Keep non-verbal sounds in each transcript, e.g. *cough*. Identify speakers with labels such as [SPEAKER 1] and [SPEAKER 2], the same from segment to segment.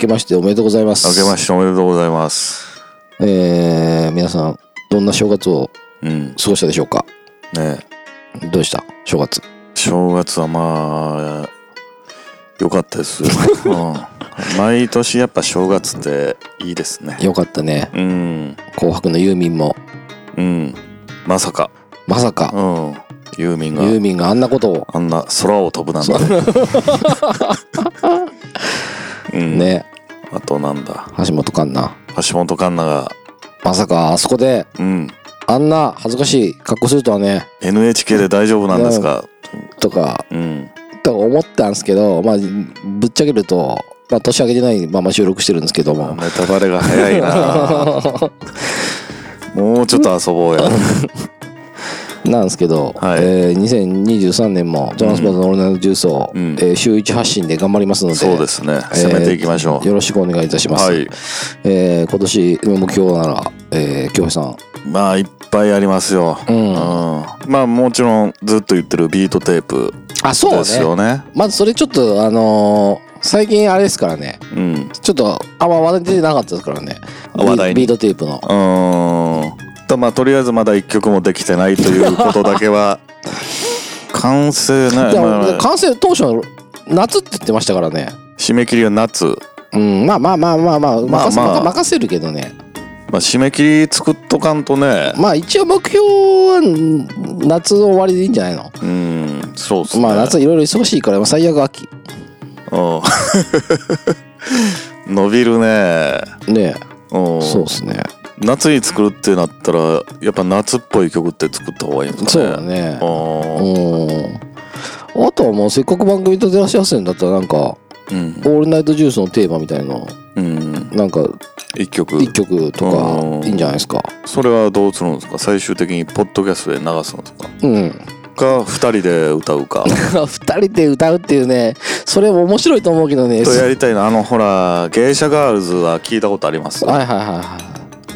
[SPEAKER 1] けましておめでとうございます。
[SPEAKER 2] 明けましておめでとうございます。
[SPEAKER 1] えー、皆さん、どんな正月を
[SPEAKER 2] うん。
[SPEAKER 1] 過ごしたでしょうか
[SPEAKER 2] ね
[SPEAKER 1] どうでした正月。
[SPEAKER 2] 正月はまあ、良かった *laughs* ですよ、うん。毎年やっぱ正月っていいですね。
[SPEAKER 1] よかったね。
[SPEAKER 2] うん。
[SPEAKER 1] 紅白のユーミンも、
[SPEAKER 2] うん。まさか、
[SPEAKER 1] まさ
[SPEAKER 2] う
[SPEAKER 1] か、
[SPEAKER 2] ん。ユーミンが
[SPEAKER 1] ユーミンがあんなことを、
[SPEAKER 2] あんな空を飛ぶなんだね。 *laughs* うん、
[SPEAKER 1] ね、
[SPEAKER 2] あとなんだ
[SPEAKER 1] 橋本環奈。
[SPEAKER 2] 橋本環奈が、
[SPEAKER 1] まさか、あそこで、
[SPEAKER 2] うん、
[SPEAKER 1] あんな恥ずかしい格好するとはね、
[SPEAKER 2] NHK で大丈夫なんですか、
[SPEAKER 1] とか、
[SPEAKER 2] うん、
[SPEAKER 1] と思ったんですけど、まあ、ぶっちゃけると、まあ、年明けてないまま収録してるんですけども、
[SPEAKER 2] ネタバレが早
[SPEAKER 1] *laughs*
[SPEAKER 2] いなもうちょっと遊ぼうや
[SPEAKER 1] なんですけど、
[SPEAKER 2] はい
[SPEAKER 1] えー2023年も、トランスポーツのオールナイトジュースを、
[SPEAKER 2] うん
[SPEAKER 1] えー週1発信で頑張りますので、
[SPEAKER 2] そうですね
[SPEAKER 1] えー
[SPEAKER 2] 攻めていきましょう、
[SPEAKER 1] よろしくお願いいたします。
[SPEAKER 2] はい
[SPEAKER 1] えー今年の目標なら、えー、京平さん。
[SPEAKER 2] まあいっぱいありますよ、
[SPEAKER 1] う
[SPEAKER 2] うん
[SPEAKER 1] ん。
[SPEAKER 2] まあもちろんずっと言ってるビートテープ
[SPEAKER 1] あ、そう
[SPEAKER 2] です
[SPEAKER 1] ね。
[SPEAKER 2] よね
[SPEAKER 1] まずそれちょっと、あのー最近あれですからね、
[SPEAKER 2] うん
[SPEAKER 1] ちょっとあんま話題出てなかったですからね。
[SPEAKER 2] あ話題に
[SPEAKER 1] ビビートテープの。
[SPEAKER 2] うんとまあとりあえずまだ一曲もできてないということだ
[SPEAKER 1] *laughs*
[SPEAKER 2] けは完成ね、
[SPEAKER 1] でも
[SPEAKER 2] まあ
[SPEAKER 1] 完成当初の夏って言ってましたからね。
[SPEAKER 2] 締め切りは夏、
[SPEAKER 1] うん、まあまあまあまあまあ、
[SPEAKER 2] まあ
[SPEAKER 1] 任せ
[SPEAKER 2] まあ
[SPEAKER 1] 任せるけどね。
[SPEAKER 2] まあ、締め切り作っとかんとね
[SPEAKER 1] まあ一応目標はん夏の終わりでいいんじゃないの
[SPEAKER 2] うんそうっすね
[SPEAKER 1] まあ夏いろいろ忙しいから、まあ最悪秋。
[SPEAKER 2] うん *laughs* 伸びるね
[SPEAKER 1] ね
[SPEAKER 2] うん
[SPEAKER 1] そうですね。
[SPEAKER 2] 夏に作るってなったらやっぱ夏っぽい曲って作った方がいいんです
[SPEAKER 1] そう
[SPEAKER 2] か
[SPEAKER 1] だ
[SPEAKER 2] ね
[SPEAKER 1] ね。
[SPEAKER 2] そ
[SPEAKER 1] うん。あとはもうせっかく番組と照らし合わせるんだったらなんか、オ
[SPEAKER 2] ううん
[SPEAKER 1] ールナイトジュースのテーマみたいの、
[SPEAKER 2] うん
[SPEAKER 1] なんか
[SPEAKER 2] 一曲
[SPEAKER 1] 一曲と
[SPEAKER 2] うん
[SPEAKER 1] かいいんじゃないですか。
[SPEAKER 2] それはどうするんですか最終的にポッドキャストで流すのとか
[SPEAKER 1] うん。 *laughs*
[SPEAKER 2] か二人で歌うか
[SPEAKER 1] 二人で歌うっていうね、それも面白いと思うけどね。
[SPEAKER 2] と
[SPEAKER 1] は
[SPEAKER 2] や
[SPEAKER 1] い
[SPEAKER 2] りたいのあのほら芸者ガールズは聞いたことあります
[SPEAKER 1] はいはいは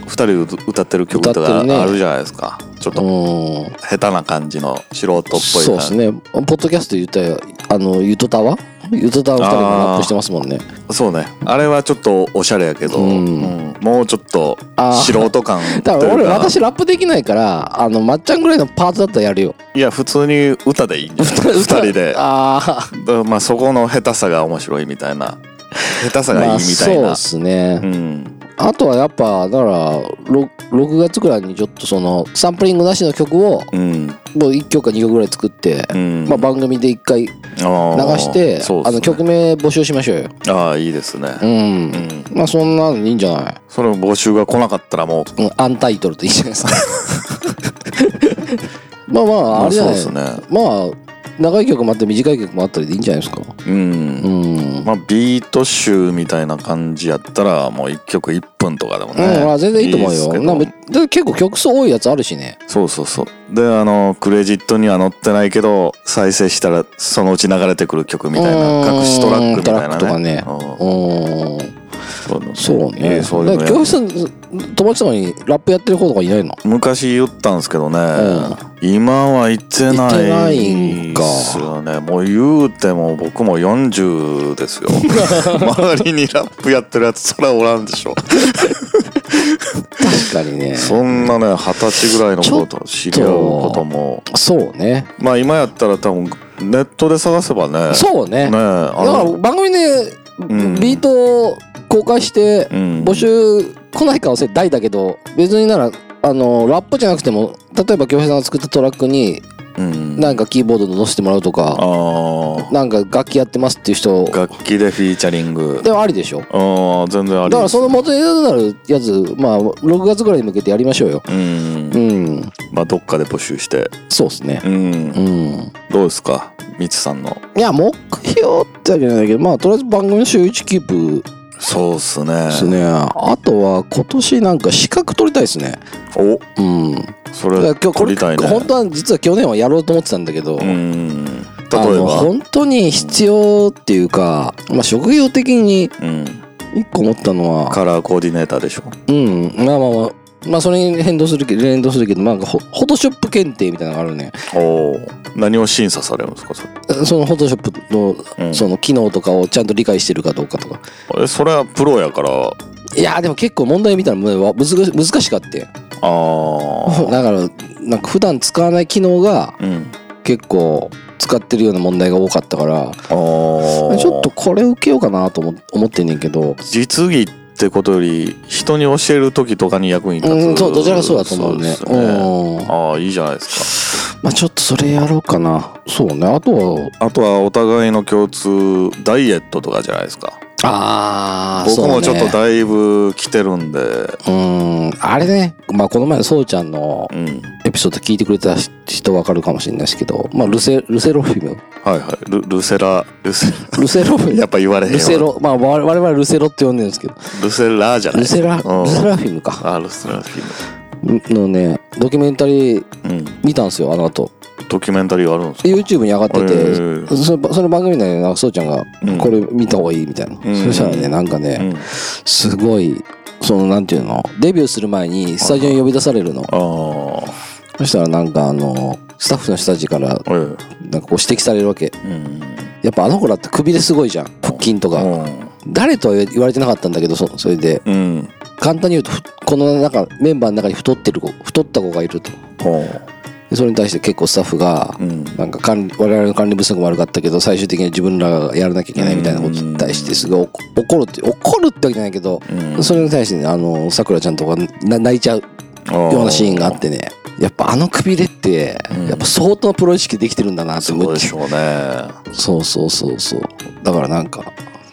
[SPEAKER 2] 二人で歌ってる曲と
[SPEAKER 1] 歌っ
[SPEAKER 2] か
[SPEAKER 1] てるね
[SPEAKER 2] あるじゃないですかちょっと
[SPEAKER 1] い。うん。
[SPEAKER 2] 下手な感じの素人っぽい感じ
[SPEAKER 1] そうですね。ポッドキャスト言ったよ。あの、ゆとたわゆとたわ二人がラップしてますもんね。
[SPEAKER 2] そうねあれはちょっとおしゃれやけど、
[SPEAKER 1] うん
[SPEAKER 2] うんもうちょっと
[SPEAKER 1] あー
[SPEAKER 2] 素人感
[SPEAKER 1] だから俺、
[SPEAKER 2] というか
[SPEAKER 1] 私ラップできないから、あの、まっちゃんぐらいのパートだったらやるよ。
[SPEAKER 2] いや普通に歌でいいんじゃ
[SPEAKER 1] *laughs*
[SPEAKER 2] ない2人でだか
[SPEAKER 1] ああ。
[SPEAKER 2] らまあそこの下手さが面白いみたいな下手さがいいみたい
[SPEAKER 1] ま
[SPEAKER 2] な、
[SPEAKER 1] あ、そうですね、
[SPEAKER 2] うん
[SPEAKER 1] あとはやっぱだから 6, 6月ぐらいにちょっとそのサンプリングなしの曲を
[SPEAKER 2] うん
[SPEAKER 1] もう1曲か2曲ぐらい作って、
[SPEAKER 2] うん
[SPEAKER 1] まあ、番組で1回流
[SPEAKER 2] あー
[SPEAKER 1] して
[SPEAKER 2] そうっすね
[SPEAKER 1] あの曲名募集しましょうよ
[SPEAKER 2] ああいいですね
[SPEAKER 1] うん、
[SPEAKER 2] うん
[SPEAKER 1] まあそんなのいいんじゃない、
[SPEAKER 2] それも募集が来なかったらも
[SPEAKER 1] うん、アンタイトルっていいじゃないですか *laughs* まあま
[SPEAKER 2] う
[SPEAKER 1] ああれじゃ
[SPEAKER 2] そう
[SPEAKER 1] ない
[SPEAKER 2] ですね
[SPEAKER 1] まあ長い曲もあって短い曲もあったりでいいんじゃないですか
[SPEAKER 2] うん
[SPEAKER 1] うん、うん
[SPEAKER 2] まあビート集みたいな感じやったらもう1曲1分とかでもね、
[SPEAKER 1] まあ、全然いいと思う
[SPEAKER 2] です
[SPEAKER 1] よ
[SPEAKER 2] けど
[SPEAKER 1] なんかだって結構曲数多いやつあるしね
[SPEAKER 2] そうそうそう。で、あの、クレジットには載ってないけど、再生したらそのうち流れてくる曲みたいな、
[SPEAKER 1] うん
[SPEAKER 2] 隠しトラックみたいなね。
[SPEAKER 1] トラックと
[SPEAKER 2] う
[SPEAKER 1] うん
[SPEAKER 2] んそう
[SPEAKER 1] そう
[SPEAKER 2] い
[SPEAKER 1] ね。
[SPEAKER 2] いそう
[SPEAKER 1] だ
[SPEAKER 2] い
[SPEAKER 1] から
[SPEAKER 2] う
[SPEAKER 1] 教
[SPEAKER 2] の
[SPEAKER 1] 室の友達とかにラップやってる子とかいないの
[SPEAKER 2] 昔言ったんですけどね、今は言って
[SPEAKER 1] 言っ
[SPEAKER 2] な
[SPEAKER 1] てない
[SPEAKER 2] い
[SPEAKER 1] んか
[SPEAKER 2] ですよね。もう言うても僕も40ですよ。
[SPEAKER 1] *laughs*
[SPEAKER 2] 周りにラップやってるやつそらおらんでし
[SPEAKER 1] *laughs*
[SPEAKER 2] ょ。
[SPEAKER 1] 確かにね。
[SPEAKER 2] そんなね、二十歳ぐらいの子と知り合うことも。
[SPEAKER 1] そうね。
[SPEAKER 2] まあ今やったら多分ネットで探せばね。
[SPEAKER 1] そうね。だ
[SPEAKER 2] ね
[SPEAKER 1] か
[SPEAKER 2] あの
[SPEAKER 1] ら番組で
[SPEAKER 2] ん
[SPEAKER 1] ビートを公開して
[SPEAKER 2] うん
[SPEAKER 1] 募集来ない可能性大だけど、別になら、あの、ラップじゃなくても、例えば京平さんが作ったトラックに、
[SPEAKER 2] うん
[SPEAKER 1] なんかキーボードで乗せてもらうとか、
[SPEAKER 2] ああ
[SPEAKER 1] なんか楽器やってますっていう人、
[SPEAKER 2] 楽器でフィーチャリング
[SPEAKER 1] でもありでしょ。
[SPEAKER 2] ああ全然あり
[SPEAKER 1] だからその元になるやつ、まあ、6月ぐらいに向けてやりましょうよ。
[SPEAKER 2] うん
[SPEAKER 1] うん。
[SPEAKER 2] まあどっかで募集して
[SPEAKER 1] そうですね。
[SPEAKER 2] うん
[SPEAKER 1] うん。
[SPEAKER 2] どうですかみつさんの
[SPEAKER 1] いや、目標ってわけじゃないけど、まあ、とりあえず番組の週1キープ
[SPEAKER 2] そうっすね
[SPEAKER 1] ですね。あとは、今年なんか資格取りたいですね。
[SPEAKER 2] お
[SPEAKER 1] うん。
[SPEAKER 2] そ
[SPEAKER 1] だから
[SPEAKER 2] れ
[SPEAKER 1] 今日こ
[SPEAKER 2] 取
[SPEAKER 1] れ、
[SPEAKER 2] りたいね
[SPEAKER 1] 本当は実は去年はやろうと思ってたんだけど、
[SPEAKER 2] うん例え
[SPEAKER 1] あの
[SPEAKER 2] ば
[SPEAKER 1] 本当に必要っていうか、まあ、職業的に
[SPEAKER 2] うん
[SPEAKER 1] 一個思ったのは、
[SPEAKER 2] カラーコーディネーターでしょ
[SPEAKER 1] うん、まあまあまあ、まあ、それに変動するけど、連動するけど、まあ、なんかフォフォトショップ検定みたいなのがあるね。
[SPEAKER 2] おお何を審査されるんですかそれ
[SPEAKER 1] そのフォトショップの
[SPEAKER 2] うん
[SPEAKER 1] その機能とかをちゃんと理解してるかどうかとか
[SPEAKER 2] えそれはプロやからあ
[SPEAKER 1] いやーでも結構問題見たらむわ難し難しかって
[SPEAKER 2] あ
[SPEAKER 1] *laughs* だからなんか普段使わない機能が
[SPEAKER 2] うん
[SPEAKER 1] 結構使ってるような問題が多かったから
[SPEAKER 2] あー
[SPEAKER 1] ちょっとこれ受けようかなと思思ってんねんけど
[SPEAKER 2] 実技ってことより人に教える時とかに役に立つ、
[SPEAKER 1] うんそうどちらかそうだと思うね
[SPEAKER 2] そですね
[SPEAKER 1] うん
[SPEAKER 2] ああいいじゃないです
[SPEAKER 1] まあちょっとそれやろうかなそうねあとは
[SPEAKER 2] かあとはお互いの共通ダイエットとかじゃないですか
[SPEAKER 1] ああ
[SPEAKER 2] 僕もちょっとだいぶ来てるんで
[SPEAKER 1] うーんあれね、まあ、この前のそうちゃんの
[SPEAKER 2] うん
[SPEAKER 1] エピソード聞いてくれた人わかるかもしれないですけど、まあ、ルセルセロフィム
[SPEAKER 2] はいはいルルセラ *laughs* ルセ
[SPEAKER 1] ルセロフィム
[SPEAKER 2] やっぱ言われへんわ
[SPEAKER 1] ルセロまあ我我々ルセロって呼んでるんですけど
[SPEAKER 2] ルセラじゃない
[SPEAKER 1] ルセラ
[SPEAKER 2] うん
[SPEAKER 1] ルセラフィムか
[SPEAKER 2] あルセラフィ
[SPEAKER 1] のねドキュメンタリー
[SPEAKER 2] ムうん
[SPEAKER 1] 見たんですよあの後
[SPEAKER 2] ドキュメンタリーあるんですか
[SPEAKER 1] YouTube に上がってて、
[SPEAKER 2] えー
[SPEAKER 1] そのその番組内でなんかそうちゃんが
[SPEAKER 2] うん
[SPEAKER 1] これ見た方がいいみたいな、
[SPEAKER 2] うん
[SPEAKER 1] そしたらねなんかね、
[SPEAKER 2] うん、
[SPEAKER 1] すごいそのなんていうのデビューする前にスタジオに呼び出されるの
[SPEAKER 2] ああ
[SPEAKER 1] そしたらなんかあのスタッフの人たちから
[SPEAKER 2] ええうん
[SPEAKER 1] なんかこう指摘されるわけやっぱあの子だってくびれすごいじゃん腹筋とか誰とは言われてなかったんだけどそそれで
[SPEAKER 2] うんうん
[SPEAKER 1] 簡単に言うとふこの中メンバーの中に太ってる子太った子がいると
[SPEAKER 2] ほ
[SPEAKER 1] でそれに対して結構スタッフが
[SPEAKER 2] ううん
[SPEAKER 1] なんか管理我々の管理不足も悪かったけど最終的に自分らがやらなきゃいけないみたいなことに対してすごい怒怒るって怒るってわけじゃないけど
[SPEAKER 2] うん
[SPEAKER 1] それに対してねあのさくらちゃんとかな泣いちゃうようなシーンがあってねやっぱあのくびれって
[SPEAKER 2] うん
[SPEAKER 1] やっぱ相当プロ意識できてるんだなって
[SPEAKER 2] す
[SPEAKER 1] 思
[SPEAKER 2] ご
[SPEAKER 1] っ
[SPEAKER 2] いで
[SPEAKER 1] ちゃ
[SPEAKER 2] し
[SPEAKER 1] う
[SPEAKER 2] ょうね
[SPEAKER 1] そうそうそうそうだからなんか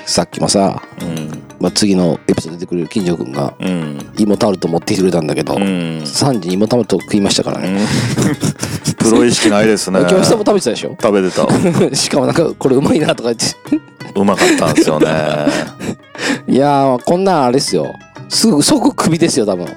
[SPEAKER 1] さっきもさ、
[SPEAKER 2] う
[SPEAKER 1] まあ、次のエピソード出てくれる金城くんが
[SPEAKER 2] んうん
[SPEAKER 1] 芋タオルと持ってきてくれたんだけど、
[SPEAKER 2] うん
[SPEAKER 1] 3時に芋タオルと食いましたからね、
[SPEAKER 2] *laughs* プロ意識ないですね
[SPEAKER 1] 今日さんも食べてたでしょ *laughs*
[SPEAKER 2] 食べてた
[SPEAKER 1] しかもなんかこれうまいなとか言って
[SPEAKER 2] うまかったんですよね
[SPEAKER 1] いやーこんなんあれですよすぐ即クビですよ多分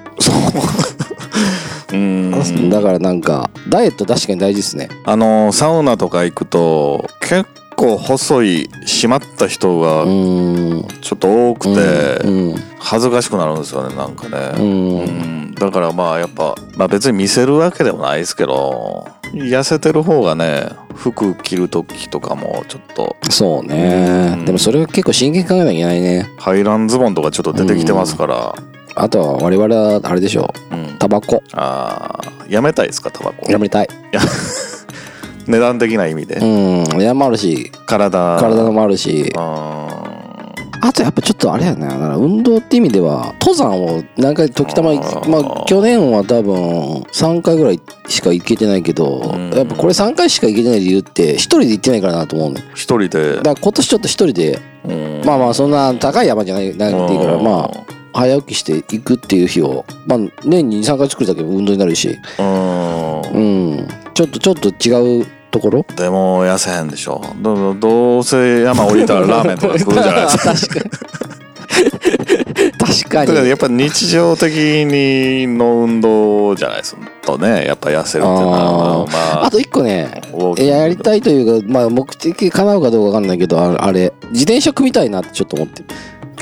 [SPEAKER 2] うん
[SPEAKER 1] だからなんかダイエット確かに大事ですね
[SPEAKER 2] あのサウナとか行くと結構細い締まった人
[SPEAKER 1] う
[SPEAKER 2] が
[SPEAKER 1] ーん
[SPEAKER 2] ちょっと多く
[SPEAKER 1] う
[SPEAKER 2] て
[SPEAKER 1] ん
[SPEAKER 2] 恥ずかしくなるんですよねなんか
[SPEAKER 1] う
[SPEAKER 2] ね
[SPEAKER 1] ん、
[SPEAKER 2] う
[SPEAKER 1] うん
[SPEAKER 2] んだからまあやっぱ、まあ、別に見せるわけでもないですけど痩せてる方がね服着る時とかもちょっと
[SPEAKER 1] そうね、
[SPEAKER 2] うん
[SPEAKER 1] でもそれは結構真剣に考えなきゃいけないね
[SPEAKER 2] ハイランズボンとかちょっと出てきてますから、
[SPEAKER 1] あとは我々はあれでしょ
[SPEAKER 2] うん
[SPEAKER 1] タバコ
[SPEAKER 2] あーやめたいですかタバコ
[SPEAKER 1] やめたい
[SPEAKER 2] 値段的な意味で、
[SPEAKER 1] うん値段もあるし
[SPEAKER 2] 体
[SPEAKER 1] 体もあるし
[SPEAKER 2] あ
[SPEAKER 1] あとやっぱちょっとあれやなだから運動って意味では登山を何回時たま
[SPEAKER 2] あー
[SPEAKER 1] まあ去年は多分3回ぐらいしか行けてないけど
[SPEAKER 2] うん
[SPEAKER 1] やっぱこれ3回しか行けてない理由って一人で行ってないからなと思うね
[SPEAKER 2] ー一人で
[SPEAKER 1] だから今年ちょっと一人で
[SPEAKER 2] うん
[SPEAKER 1] まあまあそんな高い山じゃないなくていいからまあ早起きして行くっていう日をまあ年に23回作るだけで運動になるし
[SPEAKER 2] あう
[SPEAKER 1] うんんちょっとちょっと違うとこ
[SPEAKER 2] *laughs*
[SPEAKER 1] ろ
[SPEAKER 2] でも痩せへんでしょどどどうせ山降りたらラーメンとか食うじ
[SPEAKER 1] *laughs*
[SPEAKER 2] ゃないですか *laughs*
[SPEAKER 1] 確か
[SPEAKER 2] だ
[SPEAKER 1] に
[SPEAKER 2] からやっぱ日常的にの運動じゃないですかとねやっぱ痩せるってなるのはま
[SPEAKER 1] あ
[SPEAKER 2] あ
[SPEAKER 1] と一個ね
[SPEAKER 2] ウォーキン
[SPEAKER 1] い
[SPEAKER 2] グ
[SPEAKER 1] ややりたいというか、まあ、目的叶うかどうか分かんないけどああれ自転車組みたいなってちょっと思ってる、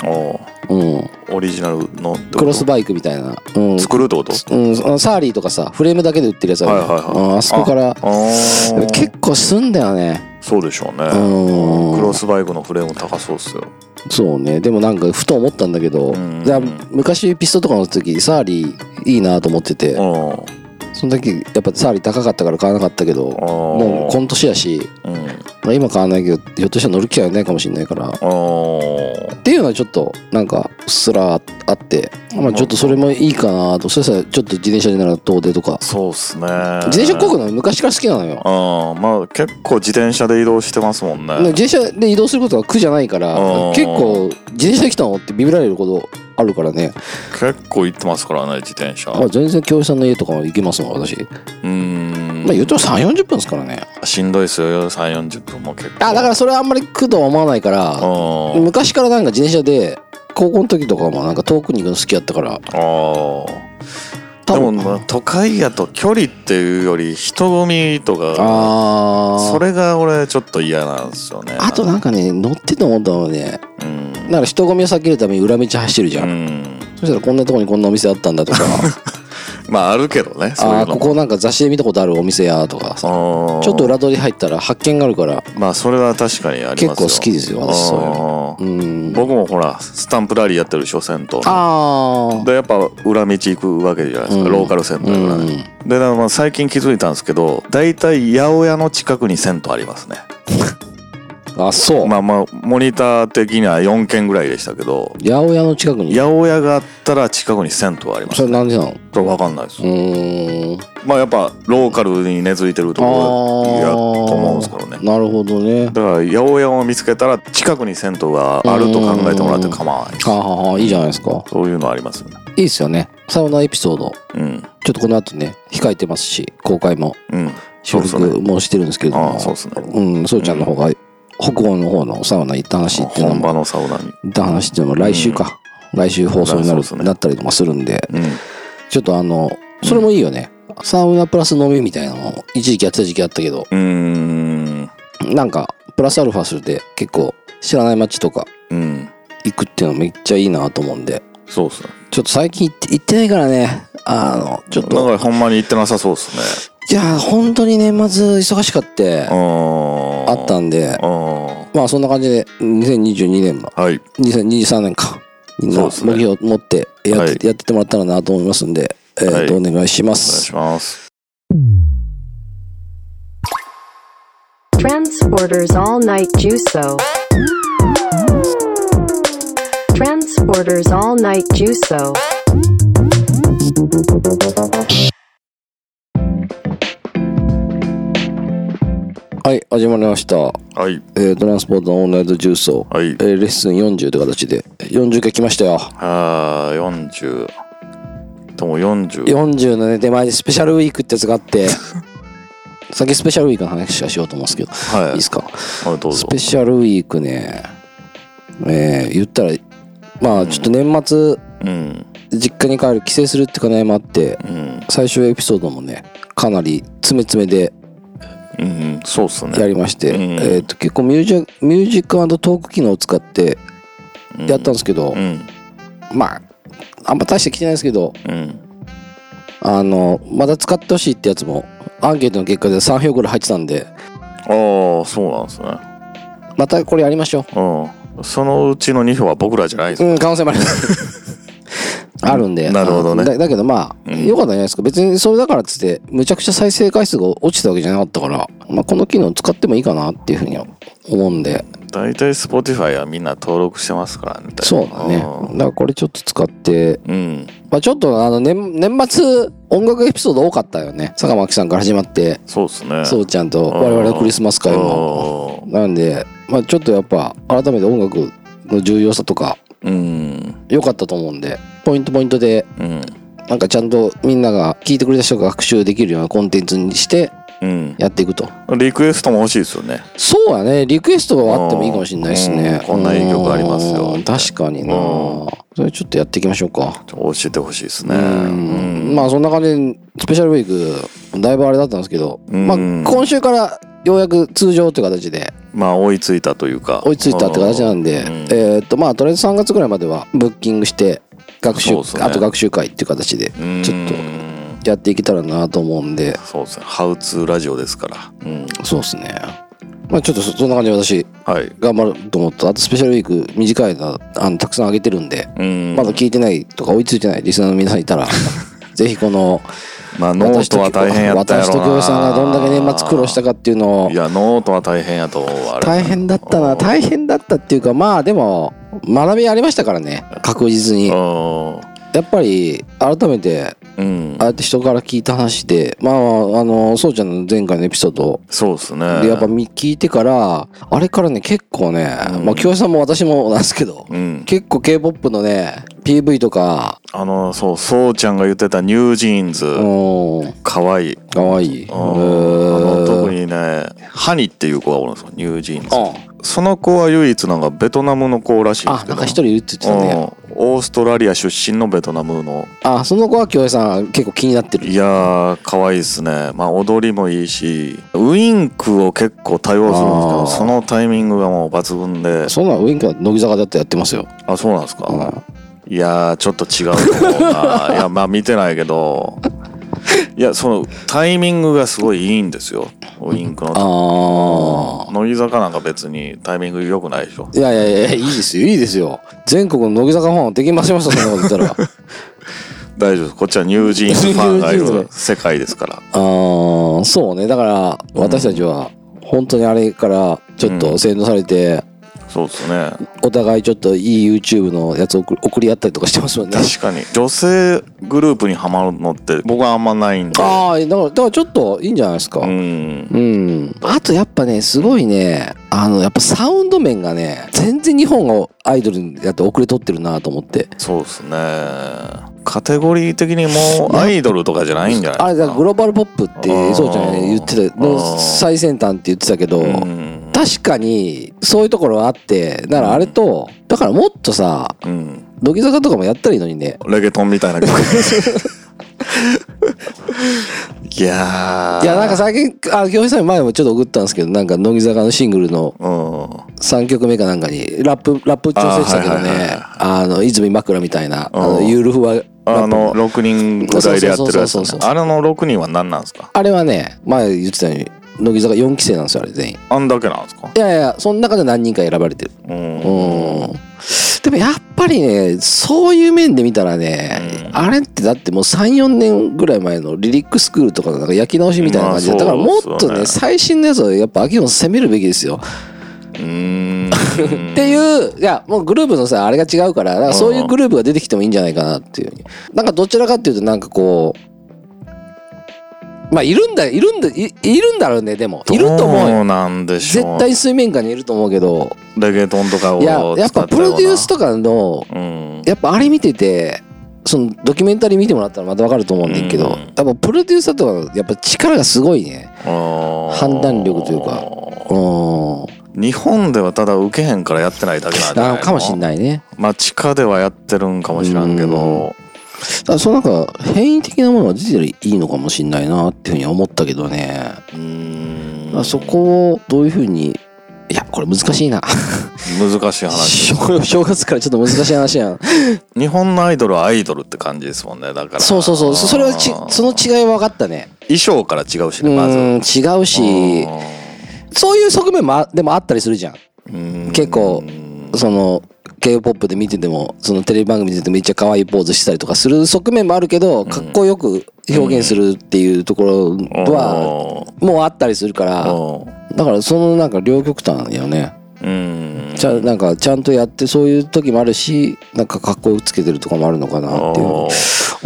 [SPEAKER 2] おう
[SPEAKER 1] うん、
[SPEAKER 2] オリジナルのってこと
[SPEAKER 1] クロスバイクみたいな、うん
[SPEAKER 2] 作るってこと
[SPEAKER 1] うん、そのサーリーとかさフレームだけで売ってるやつある、
[SPEAKER 2] はいはいはい
[SPEAKER 1] うんあそこから
[SPEAKER 2] あー
[SPEAKER 1] 結構すんだよね
[SPEAKER 2] そうでしょうね
[SPEAKER 1] うん
[SPEAKER 2] クロスバイクのフレーム高そうっすよ
[SPEAKER 1] そうねでもなんかふと思ったんだけど、
[SPEAKER 2] うん
[SPEAKER 1] だから昔ピストとかの時サーリーいいなと思ってて、
[SPEAKER 2] うん
[SPEAKER 1] その時やっぱサーリー高かったから買わなかったけど、も
[SPEAKER 2] も
[SPEAKER 1] う今年やし
[SPEAKER 2] うんあ
[SPEAKER 1] まあ今買わないけどひょっとしたら乗る機会はないかもしれないから
[SPEAKER 2] ー
[SPEAKER 1] っていうのはちょっとなんかうっすらあって、まあ、ちょっとそれもいいかなとそしたらちょっと自転車でなら遠出とか
[SPEAKER 2] そうっすね
[SPEAKER 1] 自転車こぐの昔から好きなのよ
[SPEAKER 2] あーまあ結構自転車で移動してますもん
[SPEAKER 1] で
[SPEAKER 2] ね
[SPEAKER 1] も自転車で移動することは苦じゃないから
[SPEAKER 2] うん
[SPEAKER 1] 結構自転車で来たのってビビられることあるからね、
[SPEAKER 2] 結構行ってますからね自転車
[SPEAKER 1] まあ、全然教師さんの家とかも行けますもん私、
[SPEAKER 2] うーん
[SPEAKER 1] まあ、言うと3 4 0分ですからね
[SPEAKER 2] しんどいっすよ3 4 0分も結構
[SPEAKER 1] あだからそれはあんまり苦とは思わないから
[SPEAKER 2] あー
[SPEAKER 1] 昔からなんか自転車で高校の時とかもなんか遠くに行くの好きやったから
[SPEAKER 2] あー
[SPEAKER 1] 多
[SPEAKER 2] でも
[SPEAKER 1] 分
[SPEAKER 2] まあ都会やと距離っていうより人混みとか
[SPEAKER 1] ああ
[SPEAKER 2] それが俺ちょっと嫌なんですよね
[SPEAKER 1] あとなんかね乗ってて思ったのはね
[SPEAKER 2] うん
[SPEAKER 1] だから人混みを避けるために裏道走ってるじゃ、
[SPEAKER 2] うんん *laughs*
[SPEAKER 1] そしたらこんなとこにこんなお店あったんだとか
[SPEAKER 2] まああるけどねそうい
[SPEAKER 1] ああ
[SPEAKER 2] うの
[SPEAKER 1] こ
[SPEAKER 2] も
[SPEAKER 1] こなんか雑誌で見たことあるお店やとかさ
[SPEAKER 2] あー
[SPEAKER 1] ちょっと裏取り入ったら発見があるから
[SPEAKER 2] まあそれは確かにありますよ
[SPEAKER 1] 結構好きですよ私そういう
[SPEAKER 2] あー
[SPEAKER 1] うん
[SPEAKER 2] 僕もほらスタンプラリーやってるでしょ銭湯の
[SPEAKER 1] あ
[SPEAKER 2] でやっぱ裏道行くわけじゃないですか、
[SPEAKER 1] うん
[SPEAKER 2] ローカル銭湯
[SPEAKER 1] う
[SPEAKER 2] だから、
[SPEAKER 1] ん
[SPEAKER 2] でだからまあ最近気づいたんですけど大体八百屋の近くに銭湯ありますね
[SPEAKER 1] あそう
[SPEAKER 2] まあまあモニター的には4軒ぐらいでしたけど
[SPEAKER 1] 八百屋の近くに
[SPEAKER 2] 八百屋があったら近くに銭湯ありま
[SPEAKER 1] そ
[SPEAKER 2] す
[SPEAKER 1] れなんでなの
[SPEAKER 2] これ分かんないです、
[SPEAKER 1] うーん
[SPEAKER 2] まあやっぱローカルに根付いてるところや
[SPEAKER 1] あー
[SPEAKER 2] と思うんですけどね
[SPEAKER 1] なるほどね
[SPEAKER 2] だから八百屋を見つけたら近くに銭湯があると考えてもらって構わないです
[SPEAKER 1] はあはあはあいいじゃないですか
[SPEAKER 2] そういうのありますよね
[SPEAKER 1] いいですよねサウナエピソード
[SPEAKER 2] うん
[SPEAKER 1] ちょっとこの後ね控えてますし公開も
[SPEAKER 2] うん
[SPEAKER 1] 収
[SPEAKER 2] そうっすね
[SPEAKER 1] 録もしてるんですけれど
[SPEAKER 2] あ
[SPEAKER 1] も
[SPEAKER 2] あそうですね
[SPEAKER 1] うんそうちゃんの方が北欧の方のサウナ行った話っていうの
[SPEAKER 2] 本
[SPEAKER 1] も
[SPEAKER 2] 場のサウナに
[SPEAKER 1] 行った話っていうのも来週か来週放送にな
[SPEAKER 2] そう
[SPEAKER 1] る
[SPEAKER 2] っすね
[SPEAKER 1] なったりとかするんで
[SPEAKER 2] うん
[SPEAKER 1] ちょっとあのそれもいいよねサウナプラス飲みみたいなのも一時期やってた時期あったけど
[SPEAKER 2] うーん
[SPEAKER 1] なんかプラスアルファするで結構知らない街とか
[SPEAKER 2] うん
[SPEAKER 1] 行くっていうのめっちゃいいなと思うんで
[SPEAKER 2] そうっすね
[SPEAKER 1] ちょっと最近行って行ってないからねあのちょっ
[SPEAKER 2] だか
[SPEAKER 1] と
[SPEAKER 2] らほんまに行ってなさそうっすね
[SPEAKER 1] いや本当に年末忙しかって
[SPEAKER 2] うーん
[SPEAKER 1] あったんで
[SPEAKER 2] うん
[SPEAKER 1] まあそんな感じで2022年も
[SPEAKER 2] はい
[SPEAKER 1] 2023年かみん
[SPEAKER 2] そう
[SPEAKER 1] な
[SPEAKER 2] ですね
[SPEAKER 1] 目標を持ってやって,、
[SPEAKER 2] はい
[SPEAKER 1] やってってもらったらなと思いますんで、えーと
[SPEAKER 2] は
[SPEAKER 1] お願いしま
[SPEAKER 2] お願い
[SPEAKER 1] す
[SPEAKER 2] します。
[SPEAKER 3] Transporters All Night Juso. Transporters All Night Juso.
[SPEAKER 1] はい始まりました、
[SPEAKER 2] はい、
[SPEAKER 1] えートランスポートのオンライト重曹、
[SPEAKER 2] はい
[SPEAKER 1] え。ーレッスン40という形で40回来ましたよ
[SPEAKER 2] ああ、四十。でも四十。
[SPEAKER 1] 40のね手前でスペシャルウィークってやつがあって
[SPEAKER 2] *laughs*
[SPEAKER 1] 先スペシャルウィークの話はしようと思うんですけど、いい
[SPEAKER 2] は
[SPEAKER 1] ですか
[SPEAKER 2] い。はい、どう
[SPEAKER 1] ス
[SPEAKER 2] ぞ。
[SPEAKER 1] ペシャルウィークねえー言ったらまあちょっと年末
[SPEAKER 2] うん。
[SPEAKER 1] 実家に帰る帰省するって課題もあって
[SPEAKER 2] うん。
[SPEAKER 1] 最終エピソードもねかなり詰め詰めで
[SPEAKER 2] うん。そうっすね。
[SPEAKER 1] やりまして、
[SPEAKER 2] うん
[SPEAKER 1] えー、と結構ミュージックミュージックトーク機能を使って
[SPEAKER 2] うん
[SPEAKER 1] やったんですけど、
[SPEAKER 2] うん。
[SPEAKER 1] まああんま大して来てないですけど
[SPEAKER 2] うん。
[SPEAKER 1] あのまだ使ってほしいってやつもアンケートの結果で3票ぐらい入ってたんで
[SPEAKER 2] ああ、そうなんですね。
[SPEAKER 1] またこれやりましょ
[SPEAKER 2] うん。そのうちの二票は僕らじゃないです
[SPEAKER 1] う。。うん可能性もあります
[SPEAKER 2] *laughs*
[SPEAKER 1] あるんで
[SPEAKER 2] なるほどね
[SPEAKER 1] あのだだけどまあ、
[SPEAKER 2] うん
[SPEAKER 1] よかったじゃないですか別にそれだからっつってむちゃくちゃ再生回数が落ちたわけじゃなかったから、まあ、この機能使ってもいいかなっていうふうには思うんで
[SPEAKER 2] 大体スポティファイはみんな登録してますからね。
[SPEAKER 1] そうだね。だからこれちょっと使って、
[SPEAKER 2] うん。うん。
[SPEAKER 1] まあちょっとあの年年末音楽エピソード多かったよね。坂巻さんから始まって、
[SPEAKER 2] そうっすね。
[SPEAKER 1] そうちゃんと我々のクリスマス会も。
[SPEAKER 2] も。
[SPEAKER 1] なんで、まあちょっとやっぱ改めて音楽の重要さとか
[SPEAKER 2] うん。
[SPEAKER 1] 良かったと思うんで、ポイントポイントで
[SPEAKER 2] うん。
[SPEAKER 1] なんかちゃんとみんなが聞いてくれた人が学習できるようなコンテンツにして
[SPEAKER 2] うん。
[SPEAKER 1] やっていくと。
[SPEAKER 2] リクエストも欲しいですよね。
[SPEAKER 1] そうやね。リクエストはあってもいいかもしれないですね
[SPEAKER 2] う。んこんないい曲ありますよ
[SPEAKER 1] うん確かにな。
[SPEAKER 2] う
[SPEAKER 1] それちょっとやっていきましょうか。
[SPEAKER 2] ちょっと教えてほしいですね。
[SPEAKER 1] うんまあそんな感じでスペシャルウィークだいぶあれだったんですけど、
[SPEAKER 2] うん
[SPEAKER 1] まあ、今週からようやく通常という形で
[SPEAKER 2] まあ追いついたというか
[SPEAKER 1] 追いついたって形なんで、
[SPEAKER 2] うん
[SPEAKER 1] えーっとまあとりあえず3月ぐらいまではブッキングして学習、
[SPEAKER 2] そうっすね
[SPEAKER 1] あと学習会っていう形で
[SPEAKER 2] うん
[SPEAKER 1] ちょっとやっていけたらなと思うんで
[SPEAKER 2] そうですねハウツーラジオですから、うん、
[SPEAKER 1] そうですねまあちょっとそそんな感じで私
[SPEAKER 2] はい
[SPEAKER 1] 頑張ると思ったあとスペシャルウィーク短いのあのたくさん上げてるんで、
[SPEAKER 2] うん
[SPEAKER 1] まだ聞いてないとか追いついてないリスナーの皆さんい
[SPEAKER 2] *laughs*
[SPEAKER 1] たらぜひこの
[SPEAKER 2] まあノートは大変やったやろ
[SPEAKER 1] 私
[SPEAKER 2] う
[SPEAKER 1] と
[SPEAKER 2] な
[SPEAKER 1] 京平さんがどんだけ年末苦労したかっていうのを
[SPEAKER 2] いやノートは大変やと思うあれ
[SPEAKER 1] 大変だったな大変だったっていうかまあでも学びありましたからね確実にやっぱり改めて
[SPEAKER 2] うん、うん
[SPEAKER 1] ああやって人から聞いた話でまああのそうちゃんの前回のエピソード
[SPEAKER 2] そうですね
[SPEAKER 1] でやっぱみ聞いてからあれからね結構ね
[SPEAKER 2] うん
[SPEAKER 1] まあ京平さんも私もなんですけど
[SPEAKER 2] うん、
[SPEAKER 1] 結構 k p o p のね PV とか
[SPEAKER 2] あのそうそうちゃんが言ってたニュージーンズ、
[SPEAKER 1] うん
[SPEAKER 2] かわいい、
[SPEAKER 1] かわいい
[SPEAKER 2] うんあの特
[SPEAKER 1] に
[SPEAKER 2] にねハニっていう子がおるんですよニュージーンズその子は唯一なんかベトナムの子らしいんで
[SPEAKER 1] あ
[SPEAKER 2] すけ
[SPEAKER 1] な
[SPEAKER 2] ど
[SPEAKER 1] んか一人いるって言ってたね
[SPEAKER 2] うんオーストラリア出身のベトナムの
[SPEAKER 1] あその子は京平さん結構気になってる
[SPEAKER 2] いやー可愛いですねまあ踊りもいいしウインクを結構多用するんですけ
[SPEAKER 1] あー
[SPEAKER 2] どそのタイミングがもう抜群で
[SPEAKER 1] そんなんウインクは乃木坂だってやってますよ。
[SPEAKER 2] あそうなんですか、
[SPEAKER 1] う
[SPEAKER 2] いやーちょっと違うと思うないやまあ見てないけどいやそのタイミングがすごいいいんですよインクの
[SPEAKER 1] あ
[SPEAKER 2] 乃木坂なんか別にタイミング良くないでしょ
[SPEAKER 1] あ。いやいやいや、いいですよ、いいですよ。全国の乃木坂ファンできませんました、そんなこと言 *laughs* ったら。
[SPEAKER 2] 大丈夫ですこっちはニュージーンズファンがいる世界ですから
[SPEAKER 1] ああ、そうね。だから、私たちは、本当にあれから、ちょっと洗脳されて、
[SPEAKER 2] そうですね
[SPEAKER 1] お互いちょっといい YouTube のやつを送り送り合ったりとかしてますもんね。
[SPEAKER 2] 確かに女性グループにはまるのって僕はあんまないんで
[SPEAKER 1] ああ、だから、だからちょっといいんじゃないですか。
[SPEAKER 2] うん
[SPEAKER 1] うん、あとやっぱねすごいねあのやっぱサウンド面がね全然日本がアイドルにやって遅れとってるなと思って
[SPEAKER 2] そうですねカテゴリー的にもうアイドルとかじゃないんじゃ
[SPEAKER 1] あ
[SPEAKER 2] ない
[SPEAKER 1] れ
[SPEAKER 2] で
[SPEAKER 1] だ
[SPEAKER 2] す
[SPEAKER 1] から
[SPEAKER 2] か
[SPEAKER 1] グローバルポップって
[SPEAKER 2] あー
[SPEAKER 1] そうちゃんがね言ってた
[SPEAKER 2] あ
[SPEAKER 1] の
[SPEAKER 2] ー
[SPEAKER 1] 最先端って言ってたけど、
[SPEAKER 2] うん
[SPEAKER 1] 確かにそういうところはあってだからあれとだからもっとさ
[SPEAKER 2] うん
[SPEAKER 1] 乃木坂とかもやったらいいのにね
[SPEAKER 2] レゲトンみたい
[SPEAKER 1] *laughs*
[SPEAKER 2] な曲いやー
[SPEAKER 1] いやなんか最近あ京平さんに前もちょっと送ったんですけどなんか乃木坂のシングルの
[SPEAKER 2] うん
[SPEAKER 1] 3曲目かなんかにラップラップ調整してたけど
[SPEAKER 2] あーはいはいはい
[SPEAKER 1] ね
[SPEAKER 2] はい
[SPEAKER 1] あの泉枕みたいなあ
[SPEAKER 2] う
[SPEAKER 1] の
[SPEAKER 2] ん
[SPEAKER 1] ユールフはラップ
[SPEAKER 2] あの6人ぐらいでやってるやつ
[SPEAKER 1] そうそうそうそう
[SPEAKER 2] ね
[SPEAKER 1] そう
[SPEAKER 2] あれの6人は何なんですか
[SPEAKER 1] あれはね前言ってたように乃木坂4期生なんですよあれ全員
[SPEAKER 2] あんだけなんですか
[SPEAKER 1] いやいやその中で何人か選ばれてる
[SPEAKER 2] うん
[SPEAKER 1] うんでもやっぱりねそういう面で見たらね、
[SPEAKER 2] うん
[SPEAKER 1] あれってだってもう34年ぐらい前のリリックスクールとかのなんか焼き直しみたいな感じで、
[SPEAKER 2] まあ
[SPEAKER 1] だからもっ
[SPEAKER 2] そう
[SPEAKER 1] と
[SPEAKER 2] で
[SPEAKER 1] ね
[SPEAKER 2] すよね
[SPEAKER 1] 最新のやつをやっぱ秋元攻めるべきですよ、
[SPEAKER 2] う
[SPEAKER 1] *laughs*
[SPEAKER 2] ーん
[SPEAKER 1] っていういやもうグループのさあれが違うからなんかそういうグループが出てきてもいいんじゃないかなっていうふうになんかどちらかっていうとなんかこうまあいるんだいるんだいいるんだろうねでもいると思う
[SPEAKER 2] ど
[SPEAKER 1] よ
[SPEAKER 2] うなんでし
[SPEAKER 1] 絶
[SPEAKER 2] ょう
[SPEAKER 1] 対水面下にいると思うけど
[SPEAKER 2] レゲトンとかを
[SPEAKER 1] いややっぱプロデュース
[SPEAKER 2] と
[SPEAKER 1] とかの
[SPEAKER 2] うん
[SPEAKER 1] やっぱあれ見ててそのドキュメンタリー見てもらったらまた分かると思うんだけど、
[SPEAKER 2] うん
[SPEAKER 1] やっぱプロデューサーとかのやっぱ力がすごいね判
[SPEAKER 2] 判
[SPEAKER 1] 断力というかうん
[SPEAKER 2] 日本ではただ受けへんからやってないだけなんじゃない
[SPEAKER 1] あ
[SPEAKER 2] の
[SPEAKER 1] かもしんないね
[SPEAKER 2] まあ地下ではやってるんかもしらんけど
[SPEAKER 1] だからそのなんか変異的なものが出てりゃいいのかもしれないなっていうふうには思ったけどね、
[SPEAKER 2] うーん
[SPEAKER 1] あそこをどういうふうにいやこれ難しいな
[SPEAKER 2] 難しい話
[SPEAKER 1] 正 *laughs* 正月からちょっと難しい話やん
[SPEAKER 2] 日本のアイドルはアイドルって感じですもんねだから
[SPEAKER 1] そうそうそうそそれはち
[SPEAKER 2] あー
[SPEAKER 1] その違いは分かったね
[SPEAKER 2] 衣装から違うし
[SPEAKER 1] う
[SPEAKER 2] ねまず
[SPEAKER 1] ん違うしそういう側面もあでもあったりするじゃん
[SPEAKER 2] うん
[SPEAKER 1] 結構その k p o p で見ててもそのテレビ番組見ててめっちゃ可愛いポーズしたりとかする側面もあるけどかっこよく表現するっていうところはもうあったりするから、だからそのなんか両極端よね。
[SPEAKER 2] うん
[SPEAKER 1] ちゃんなんかちゃんとやってそういう時もあるしなんかかっこよくつけてるとかもあるのかなっていうのを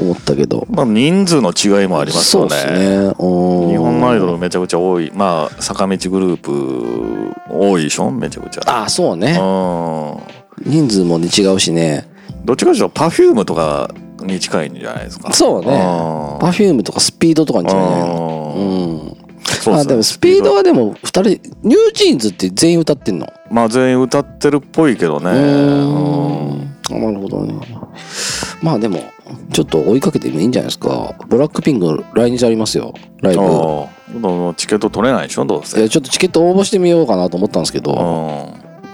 [SPEAKER 1] 思ったけど。
[SPEAKER 2] まあ人数の違いもありますよ
[SPEAKER 1] そうです
[SPEAKER 2] ね
[SPEAKER 1] ね。うん
[SPEAKER 2] 日本のアイドルめちゃくちゃ多いまあ坂道グループ多いでしょめちゃくちゃ
[SPEAKER 1] あそうね。
[SPEAKER 2] う
[SPEAKER 1] 人数もね違うしね。
[SPEAKER 2] んどっちかというとパフュームとかに近いんじゃないですか
[SPEAKER 1] そうね。
[SPEAKER 2] あー
[SPEAKER 1] パフュームとかスピードとかに違いない。
[SPEAKER 2] うん
[SPEAKER 1] うん。
[SPEAKER 2] そうっすね
[SPEAKER 1] あでもスピードはでも2人ニュージーンズって全員歌ってんの。
[SPEAKER 2] まあ全員歌ってるっぽいけどね
[SPEAKER 1] う
[SPEAKER 2] うん
[SPEAKER 1] ーん。なるほどね。まあでもちょっと追いかけてもいいんじゃないですか。ブラックピンク来日ありますよ。ライブ。
[SPEAKER 2] ああもうチケット取れないでしょどう
[SPEAKER 1] い
[SPEAKER 2] せ
[SPEAKER 1] やちょっとチケット応募してみようかなと思ったんですけ
[SPEAKER 2] う
[SPEAKER 1] ど、
[SPEAKER 2] ん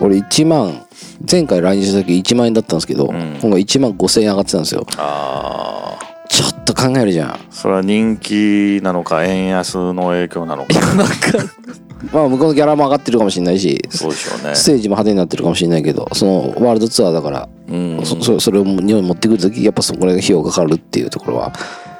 [SPEAKER 1] 俺1万、前回来日した時1万円だったんですけど、
[SPEAKER 2] ん
[SPEAKER 1] 今回1万5千円上がってたんですよ。
[SPEAKER 2] ああ
[SPEAKER 1] ちょっと考えるじゃん。
[SPEAKER 2] それは人気なのか円安の影響なのか
[SPEAKER 1] まあ向こうのギャラも上がってるかもしれないし、
[SPEAKER 2] そうでしょうね
[SPEAKER 1] ステージも派手になってるかもしれないけど、そのワールドツアーだから、
[SPEAKER 2] うん
[SPEAKER 1] そそそれを日本に持ってくるとき、やっぱそこら辺費用がかかるっていうところは、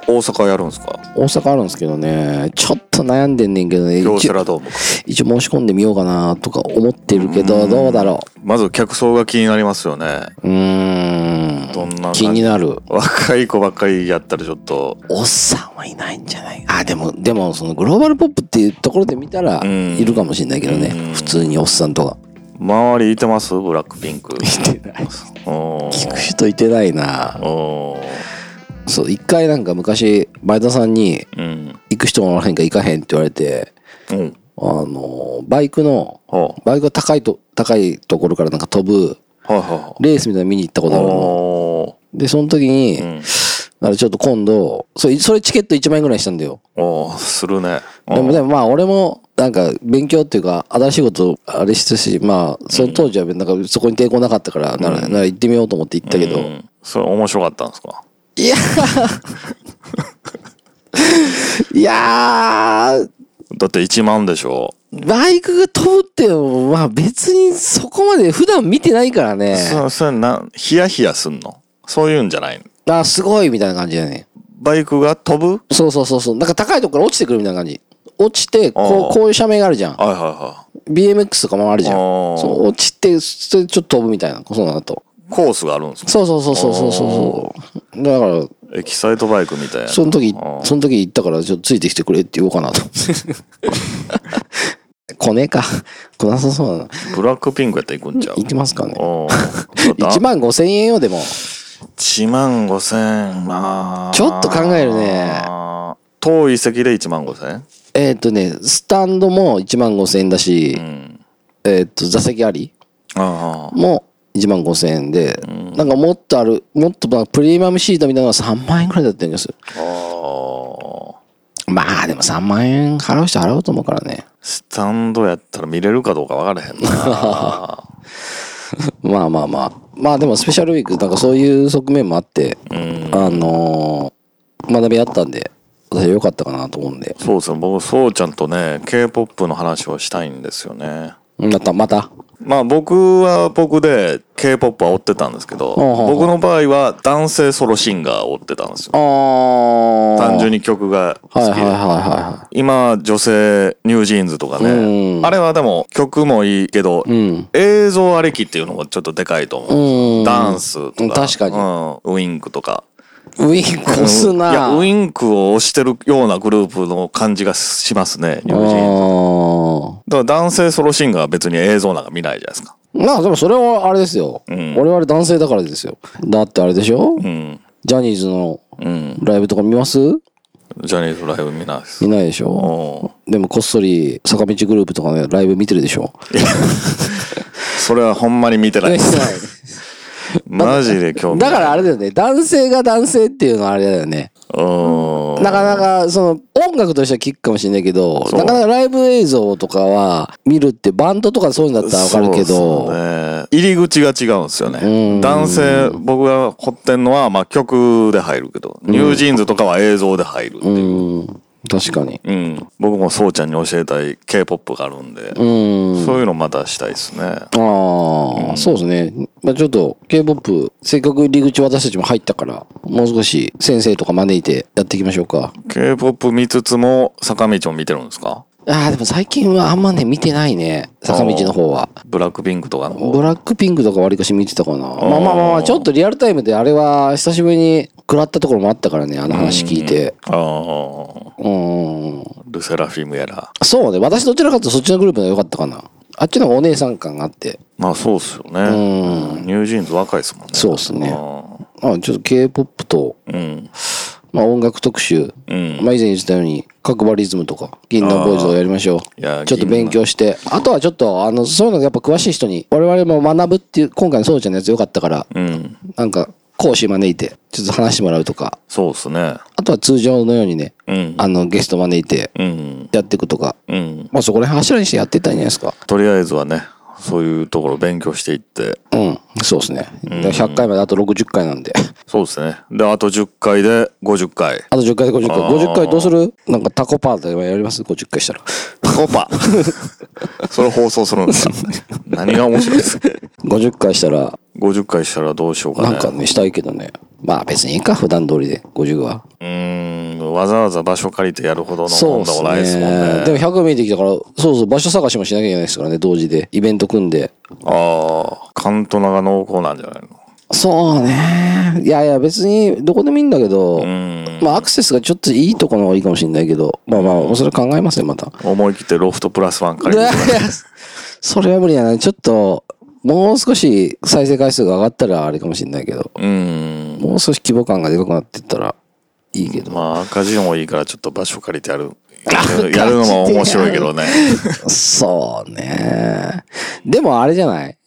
[SPEAKER 2] 大阪やるんですか
[SPEAKER 1] 大阪あるんですけどね、ちょっと悩んでんねんけどね、
[SPEAKER 2] 京セ
[SPEAKER 1] 一応
[SPEAKER 2] ラドームか
[SPEAKER 1] 一応申し込んでみようかなとか思ってるけど、どうだろ
[SPEAKER 2] まず客層が気になりますよね
[SPEAKER 1] う。うーん、
[SPEAKER 2] どんな感じ
[SPEAKER 1] 気になる。
[SPEAKER 2] 若い子ばっかりやったらちょっと
[SPEAKER 1] おっさんはいないんじゃないあでもでもそのグローバルポップっていうところで見たら
[SPEAKER 2] うん
[SPEAKER 1] いるかもしれないけどね、
[SPEAKER 2] うん
[SPEAKER 1] 普通におっさんとか
[SPEAKER 2] 周りいてますブラックピンク
[SPEAKER 1] いてない
[SPEAKER 2] お
[SPEAKER 1] 聞く人いてないな
[SPEAKER 2] お
[SPEAKER 1] そう一回なんか昔前田さんに
[SPEAKER 2] うん
[SPEAKER 1] 「行く人もおらへんか行かへん」って言われて
[SPEAKER 2] うん
[SPEAKER 1] あのバイクの
[SPEAKER 2] は
[SPEAKER 1] バイクが高いと高いところからなんか飛ぶ
[SPEAKER 2] あはいは
[SPEAKER 1] レースみたいなの見に行ったこ
[SPEAKER 2] い
[SPEAKER 1] とあるの
[SPEAKER 2] お
[SPEAKER 1] でその時に、
[SPEAKER 2] ーうん
[SPEAKER 1] あれちょっと今度それそれチケット1万円ぐらいにしたんだよ
[SPEAKER 2] おーするね
[SPEAKER 1] でもでもまあ俺もなんか勉強っていうか新しいことあれしたしまあその当時はなんかそこに抵抗なかったからならなら行ってみようと思って行ったけど、
[SPEAKER 2] うんそれ面白かったんですか
[SPEAKER 1] いやいやー、
[SPEAKER 2] だって1万でしょ。
[SPEAKER 1] バイクが飛ぶっていうのも、まあ別にそこまで普段見てないからね。
[SPEAKER 2] そそれな、ヒヤヒヤすんのそういうんじゃないの
[SPEAKER 1] あ、すごいみたいな感じだよね。
[SPEAKER 2] バイクが飛ぶ
[SPEAKER 1] そうそうそうそう。なんか高いところから落ちてくるみたいな感じ。落ちて、こ
[SPEAKER 2] あ
[SPEAKER 1] う、
[SPEAKER 2] あ
[SPEAKER 1] こういう斜面があるじゃん。
[SPEAKER 2] はいはいは
[SPEAKER 1] BMX とかもあるじゃん。
[SPEAKER 2] ああ
[SPEAKER 1] そう、落ちて、それちょっと飛ぶみたいな、そうだと。
[SPEAKER 2] い。コースがあるんですか
[SPEAKER 1] そうそうそうそうそうそう。だから、
[SPEAKER 2] エキサイトバイクみたいな。
[SPEAKER 1] その時
[SPEAKER 2] あ、あ
[SPEAKER 1] その時行ったから、ちょっとついてきてくれって言おうか
[SPEAKER 2] *laughs*
[SPEAKER 1] なと。来ねえか。来なさそうだな。
[SPEAKER 2] ブラックピンクやったら行くんちゃう
[SPEAKER 1] 行きますかね。
[SPEAKER 2] お
[SPEAKER 1] *laughs*
[SPEAKER 2] ーだ
[SPEAKER 1] 1万5千円よ、でも。
[SPEAKER 2] 1万5千まあ
[SPEAKER 1] ちょっと考えるね
[SPEAKER 2] 遠い席で1万5千
[SPEAKER 1] えーっ、とね、スタンドも1万5千円だし、
[SPEAKER 2] うん
[SPEAKER 1] えーっ、と、座席あり
[SPEAKER 2] ああ
[SPEAKER 1] も1万5千円で、なんかもっとある、もっとなんかプレミアムシートみたいなのが3万円くらいだったんですよ。
[SPEAKER 2] あー
[SPEAKER 1] まあでも3万円払う人払うと思うからね。
[SPEAKER 2] スタンドやったら見れるかどうか分からへん
[SPEAKER 1] *laughs*
[SPEAKER 2] な
[SPEAKER 1] まあまあまあ。まあでもスペシャルウィーク、なんかそういう側面もあって、
[SPEAKER 2] うん
[SPEAKER 1] あのー学びあったんで、私は良かったかなと思うんで。
[SPEAKER 2] そうですね僕そうちゃんとね k p o p の話をしたいんですよね
[SPEAKER 1] また、また。
[SPEAKER 2] まあ僕は僕で k p o p は追ってたんですけ
[SPEAKER 1] ほ
[SPEAKER 2] ど
[SPEAKER 1] うほうほう
[SPEAKER 2] 僕の場合は男性ソロシンガーを追ってたんですよ
[SPEAKER 1] あー
[SPEAKER 2] 単純に曲が好き
[SPEAKER 1] はいは
[SPEAKER 2] で、
[SPEAKER 1] いはいは
[SPEAKER 2] 今女性ニュージーンズとかね、
[SPEAKER 1] うん
[SPEAKER 2] あれはでも曲もいいけど、
[SPEAKER 1] いはい。うん。
[SPEAKER 2] 映像ありきっていうのもちょっとでかいと思う、
[SPEAKER 1] うん。
[SPEAKER 2] ダンスとか
[SPEAKER 1] 確かに
[SPEAKER 2] うんウインクとか
[SPEAKER 1] ウィンク押すな。
[SPEAKER 2] いやウインクを推してるようなグループの感じがしますねニュージーンズ
[SPEAKER 1] あ
[SPEAKER 2] だから男性ソロシンガーは別に映像なんか見ないじゃないですか
[SPEAKER 1] ーまあでもそれはあれですよ。
[SPEAKER 2] ん
[SPEAKER 1] 我々男性だからですよ。だってあれでしょ、
[SPEAKER 2] うん
[SPEAKER 1] ジャニーズの
[SPEAKER 2] うん
[SPEAKER 1] ライブとか見ます
[SPEAKER 2] ジャニーズライブ見ないです
[SPEAKER 1] 見ないでしょ
[SPEAKER 2] おー
[SPEAKER 1] でもこっそり坂道グループとかのライブ見てるでしょ
[SPEAKER 2] それはほんまに見てない *laughs* ですマジで興味な
[SPEAKER 1] だ
[SPEAKER 2] い
[SPEAKER 1] からあれだよね。男性が男性っていうのはあれだよね。
[SPEAKER 2] うん
[SPEAKER 1] なかなか、その、音楽としては聞くかもしれないけど、
[SPEAKER 2] そう
[SPEAKER 1] なかなかライブ映像とかは見るって、バンドとかそういうのだったらわかるけ
[SPEAKER 2] そう
[SPEAKER 1] ど、
[SPEAKER 2] ですね、入り口が違うんですよ
[SPEAKER 1] うん
[SPEAKER 2] ね。男性、僕が掘ってんのは、まあ曲で入るけど、ニュージーンズとかは映像で入るって
[SPEAKER 1] う
[SPEAKER 2] いう。
[SPEAKER 1] ん、確かに。
[SPEAKER 2] うん。僕もそうちゃんに教えたい K-POP があるんで、
[SPEAKER 1] うん。
[SPEAKER 2] そういうのまたしたいですね。
[SPEAKER 1] ああ、そうですね。まあ、ちょっと K-POP、せっかく入り口私たちも入ったから、もう少し先生とか招いてやっていきましょうか。
[SPEAKER 2] K-POP 見つつも、坂道も見てるんですか
[SPEAKER 1] ああ、でも最近はあんまね、見てないね。坂道の方は。
[SPEAKER 2] ブラックピンクとかの方。
[SPEAKER 1] ブラックピンクとかわりかし見てたかな。まあまあまあまあ、ちょっとリアルタイムであれは久しぶりに食らったところもあったからね、あの話聞いて。
[SPEAKER 2] ああ、
[SPEAKER 1] うーん。
[SPEAKER 2] ルセラフィムやら。
[SPEAKER 1] そうね、私どちらかというとそっちのグループの方が良かったかな。あっちの方がお姉さん感があって。
[SPEAKER 2] まあそうっすよね。
[SPEAKER 1] う
[SPEAKER 2] ニュージーンズ若いですもんね。
[SPEAKER 1] そうっすね
[SPEAKER 2] あ
[SPEAKER 1] あちょっと K-POP と、
[SPEAKER 2] ーうん。
[SPEAKER 1] まあ音楽特集。
[SPEAKER 2] うん。
[SPEAKER 1] まあ以前言ってたように、角張リズムとか、銀杏ボーイズをやりましょ
[SPEAKER 2] いや
[SPEAKER 1] う。ちょっと勉強して、あとはちょっと、あの、そういうのがやっぱ詳しい人に、我々も学ぶっていう、今回のそうちゃんのやつ良かったから、
[SPEAKER 2] うん。
[SPEAKER 1] なんか、講師招いて、ちょっと話してもらうとか、
[SPEAKER 2] そうっすね。
[SPEAKER 1] あとは通常のようにね、
[SPEAKER 2] うん。
[SPEAKER 1] あの、ゲスト招いて、
[SPEAKER 2] うん。
[SPEAKER 1] やっていくとか、
[SPEAKER 2] うん。
[SPEAKER 1] まあそこら辺柱にしてやっていったらいいんじゃないですか。
[SPEAKER 2] とりあえずはね、そういうところを勉強していって、
[SPEAKER 1] うん、そうですね。だから100回まであと60回なんで。 *laughs*
[SPEAKER 2] そうですね。で、あと10回で50回。
[SPEAKER 1] あと10回で50回。
[SPEAKER 2] あー
[SPEAKER 1] 50回どうするなんかタコパーでやります ?50 回したら。
[SPEAKER 2] コパ *laughs* それ放送するんです
[SPEAKER 1] *laughs*
[SPEAKER 2] か何が面白いですか
[SPEAKER 1] 50回したら、
[SPEAKER 2] 50回したらどうしようかね。
[SPEAKER 1] なんかね、したいけどね。まあ別にいいか、普段通りで、50は。
[SPEAKER 2] うーん、わざわざ場所借りてやるほどの
[SPEAKER 1] そう
[SPEAKER 2] もん
[SPEAKER 1] っ
[SPEAKER 2] ですもないですもんね。
[SPEAKER 1] ね。でも100見えてきたから、そうそう、場所探しもしなきゃいけないですからね、同時で。イベント組んで。
[SPEAKER 2] ああ、カントナが濃厚なんじゃないの
[SPEAKER 1] そうね。いやいや、別にどこでもいいんだけど
[SPEAKER 2] う、ーん。
[SPEAKER 1] まあアクセスがちょっといいとこの方がいいかもしれないけど、まあまあ、それは考えますよ、また。
[SPEAKER 2] 思い切ってロフトプラスワン借
[SPEAKER 1] い
[SPEAKER 2] り
[SPEAKER 1] や
[SPEAKER 2] て
[SPEAKER 1] い。やそれは無理やな。ちょっと、もう少し再生回数が上がったらあれかもしれないけど、
[SPEAKER 2] うーん。
[SPEAKER 1] もう少し規模感がでかくなってったらいいけど。
[SPEAKER 2] まあ赤字もいいからちょっと場所借りて
[SPEAKER 1] *laughs*
[SPEAKER 2] やる。やるのも面白いけどね。
[SPEAKER 1] そうね。でもあれじゃない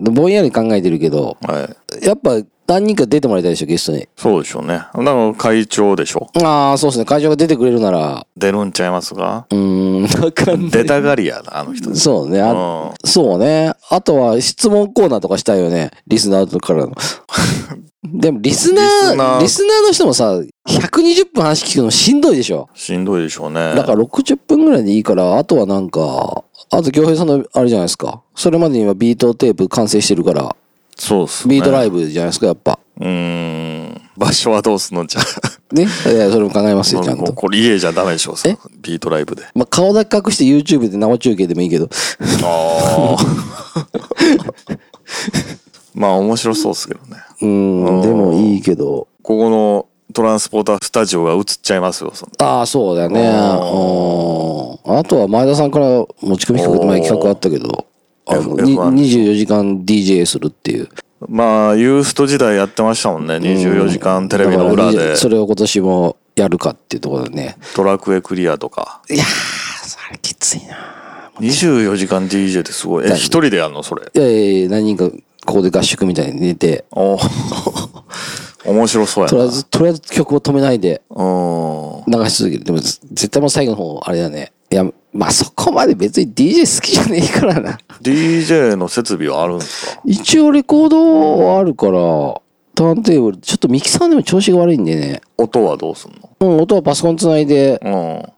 [SPEAKER 1] ぼんやり考えてるけど、
[SPEAKER 2] はい。
[SPEAKER 1] やっぱ何人か出てもらいたいでしょ、ゲストに。
[SPEAKER 2] そうでしょうね。だから会長でしょ。
[SPEAKER 1] ああ、そうですね。会長が出てくれるなら、
[SPEAKER 2] 出るんちゃいますが
[SPEAKER 1] うーん、わかんな
[SPEAKER 2] 出
[SPEAKER 1] い。
[SPEAKER 2] たがりやな、あの人。
[SPEAKER 1] そうね。あ
[SPEAKER 2] うん
[SPEAKER 1] そうね。あとは質問コーナーとかしたいよね。リスナーからの。 *laughs* でもリスナー、リ
[SPEAKER 2] リ
[SPEAKER 1] ス
[SPEAKER 2] ス
[SPEAKER 1] ナ
[SPEAKER 2] ナ
[SPEAKER 1] ー
[SPEAKER 2] ー
[SPEAKER 1] の人もさ、120分話聞くのしんどいでしょ。
[SPEAKER 2] しんどいでしょうね。
[SPEAKER 1] だから60分ぐらいでいいから、あとはなんか、あと、京平さんのあれじゃないですか。それまでにはビートテープ完成してるから、
[SPEAKER 2] そうっすね。
[SPEAKER 1] ビートラ
[SPEAKER 2] イ
[SPEAKER 1] イブじゃないですか、やっぱ。
[SPEAKER 2] うーん。場所はどうすんのじゃあ。
[SPEAKER 1] ね。えーそれも考えますよ、ちゃん
[SPEAKER 2] もう
[SPEAKER 1] と。
[SPEAKER 2] これ家じゃダメでしょう
[SPEAKER 1] え。
[SPEAKER 2] ビートライブで。
[SPEAKER 1] *laughs* まあ、顔だけ隠して YouTube で生中継でもいいけど。
[SPEAKER 2] ああ。 *laughs* まあ面白そうっすけどね。
[SPEAKER 1] うん、でもいいけど。
[SPEAKER 2] ここのトランスポータースタジオが映っちゃいますよ。その
[SPEAKER 1] ああ、そうだよね。うんあとは前田さんから持ち込み企画、前企画あったけど、あの
[SPEAKER 2] F-
[SPEAKER 1] に
[SPEAKER 2] F1
[SPEAKER 1] 24時間 DJ するっていう。
[SPEAKER 2] まあ、ユースト時代やってましたもんね。24時間テレビの裏
[SPEAKER 1] だから
[SPEAKER 2] で
[SPEAKER 1] 20、それを今年もやるかっていうところだね。
[SPEAKER 2] ドラクエクリアとか。
[SPEAKER 1] いやー、それきついな。
[SPEAKER 2] 24時間 DJ ってすごい。え、一人でやるのそれ。
[SPEAKER 1] いやいやいや、何人かここで合宿みたいに寝て、
[SPEAKER 2] お面白そうや
[SPEAKER 1] とりあ
[SPEAKER 2] な。
[SPEAKER 1] えず、とりあえず曲を止めないで
[SPEAKER 2] うん。
[SPEAKER 1] 流し続ける。でも、ず絶対もう最後の方、あれだね。いや、まあそこまで別に DJ 好きじゃねえからな。
[SPEAKER 2] DJ の設備はあるんですか
[SPEAKER 1] 一応レコードはあるから、ターンテーブル、ちょっとミキサーでも調子が悪いんでね。
[SPEAKER 2] 音はどうすん
[SPEAKER 1] うん、音はパソコンつないで、
[SPEAKER 2] のうん。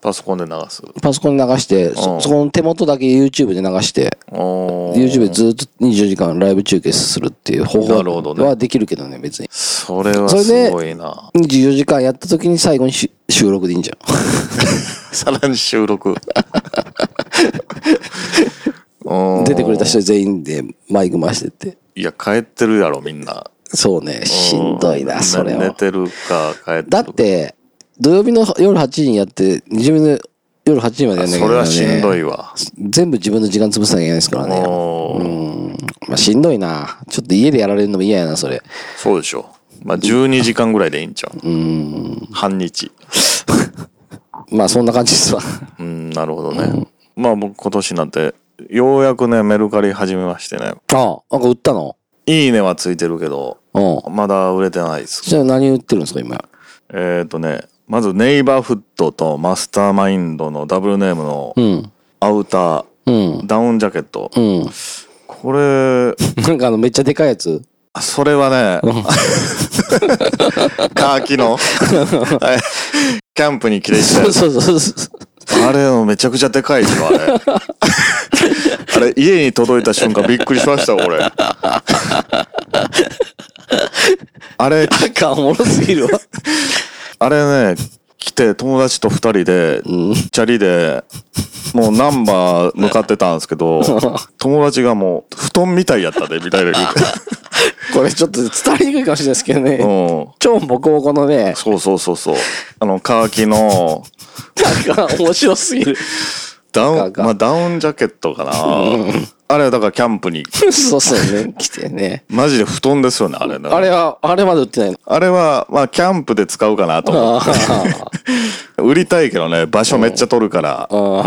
[SPEAKER 2] パソコンで流す。
[SPEAKER 1] パソコンに流して、
[SPEAKER 2] う
[SPEAKER 1] そ
[SPEAKER 2] ん
[SPEAKER 1] そこの手元だけ YouTube で流して、
[SPEAKER 2] お
[SPEAKER 1] YouTube でずっと24時間ライブ中継するっていう方
[SPEAKER 2] なるほど
[SPEAKER 1] 法
[SPEAKER 2] ね
[SPEAKER 1] はできるけどね、別に。
[SPEAKER 2] それは
[SPEAKER 1] それです
[SPEAKER 2] ごいな。
[SPEAKER 1] 24時間やった時に最後にし収録でいいんじゃん。
[SPEAKER 2] さらに収録。う
[SPEAKER 1] *laughs*
[SPEAKER 2] ん
[SPEAKER 1] 出てくれた人全員でマイク回してって。
[SPEAKER 2] いや、帰ってるやろ、みんな。
[SPEAKER 1] そうね、しんどいうな、それ
[SPEAKER 2] 寝
[SPEAKER 1] は。
[SPEAKER 2] てるか、帰ってるか。
[SPEAKER 1] だって、土曜日の夜8時にやって、日曜日の夜8時までやんなきゃ
[SPEAKER 2] それはしんど
[SPEAKER 1] い
[SPEAKER 2] いわ。
[SPEAKER 1] けないね。全部自分の時間潰さなきゃいけないですからね。
[SPEAKER 2] おー
[SPEAKER 1] うん。まあしんどいな。ちょっと家でやられるのも嫌やな、それ。
[SPEAKER 2] そうでしょ。まあ、12時間ぐらいでいいんちゃう
[SPEAKER 1] うん。
[SPEAKER 2] 半日。
[SPEAKER 1] ま *laughs* あそんな感じですわ。
[SPEAKER 2] うん、なるほどね。まあ、僕、今年なんて、ようやくね、メルカリ始めましてね。
[SPEAKER 1] ああ、なんか売ったの
[SPEAKER 2] いいねはついてるけど、
[SPEAKER 1] うん。
[SPEAKER 2] まだ売れてないです。
[SPEAKER 1] じゃあ何売ってるんですか、 *laughs* 今。
[SPEAKER 2] えっ、とね、まずネイバーフットとマスターマインドのダブルネームの
[SPEAKER 1] うん。
[SPEAKER 2] アウター、
[SPEAKER 1] うん。
[SPEAKER 2] ダウンジャケット。
[SPEAKER 1] うん。
[SPEAKER 2] これ、
[SPEAKER 1] なんかあの、めっちゃでかいやつ。
[SPEAKER 2] あそれはね、 *laughs* カーキの、 *laughs* はいキャンプに着てきた
[SPEAKER 1] そ
[SPEAKER 2] や
[SPEAKER 1] う
[SPEAKER 2] つ
[SPEAKER 1] そうそうそう。
[SPEAKER 2] あれのめちゃくちゃでかいでしょ、あれ。あれ、家に届いた瞬間びっくりしました、俺。あれ、
[SPEAKER 1] なんかおもろすぎる *laughs* わ。
[SPEAKER 2] あれね、来て友達と二人で、チャリで、もうナンバー向かってたんですけど、友達がもう、布団みたいやったで、みたいな言う
[SPEAKER 1] これちょっと伝わりにくいかもしれないですけどね。
[SPEAKER 2] て。うん。
[SPEAKER 1] 超ボコボコの *laughs* ね、
[SPEAKER 2] そうそうそうそう。あの、カーキの、
[SPEAKER 1] なんか面白すぎる。
[SPEAKER 2] ダ
[SPEAKER 1] ガ
[SPEAKER 2] ウン、
[SPEAKER 1] ガ
[SPEAKER 2] まあダウンジャケットかな。あれはだからキャンプに、
[SPEAKER 1] そうそうね、来てね。
[SPEAKER 2] マジで布団ですよね、あれね。
[SPEAKER 1] *laughs* あれは、あれまで売ってないの。
[SPEAKER 2] あれは、まあ、キャンプで使うかなと思
[SPEAKER 1] あ
[SPEAKER 2] って。 *laughs* 売りたいけどね、場所めっちゃ取るから。
[SPEAKER 1] うん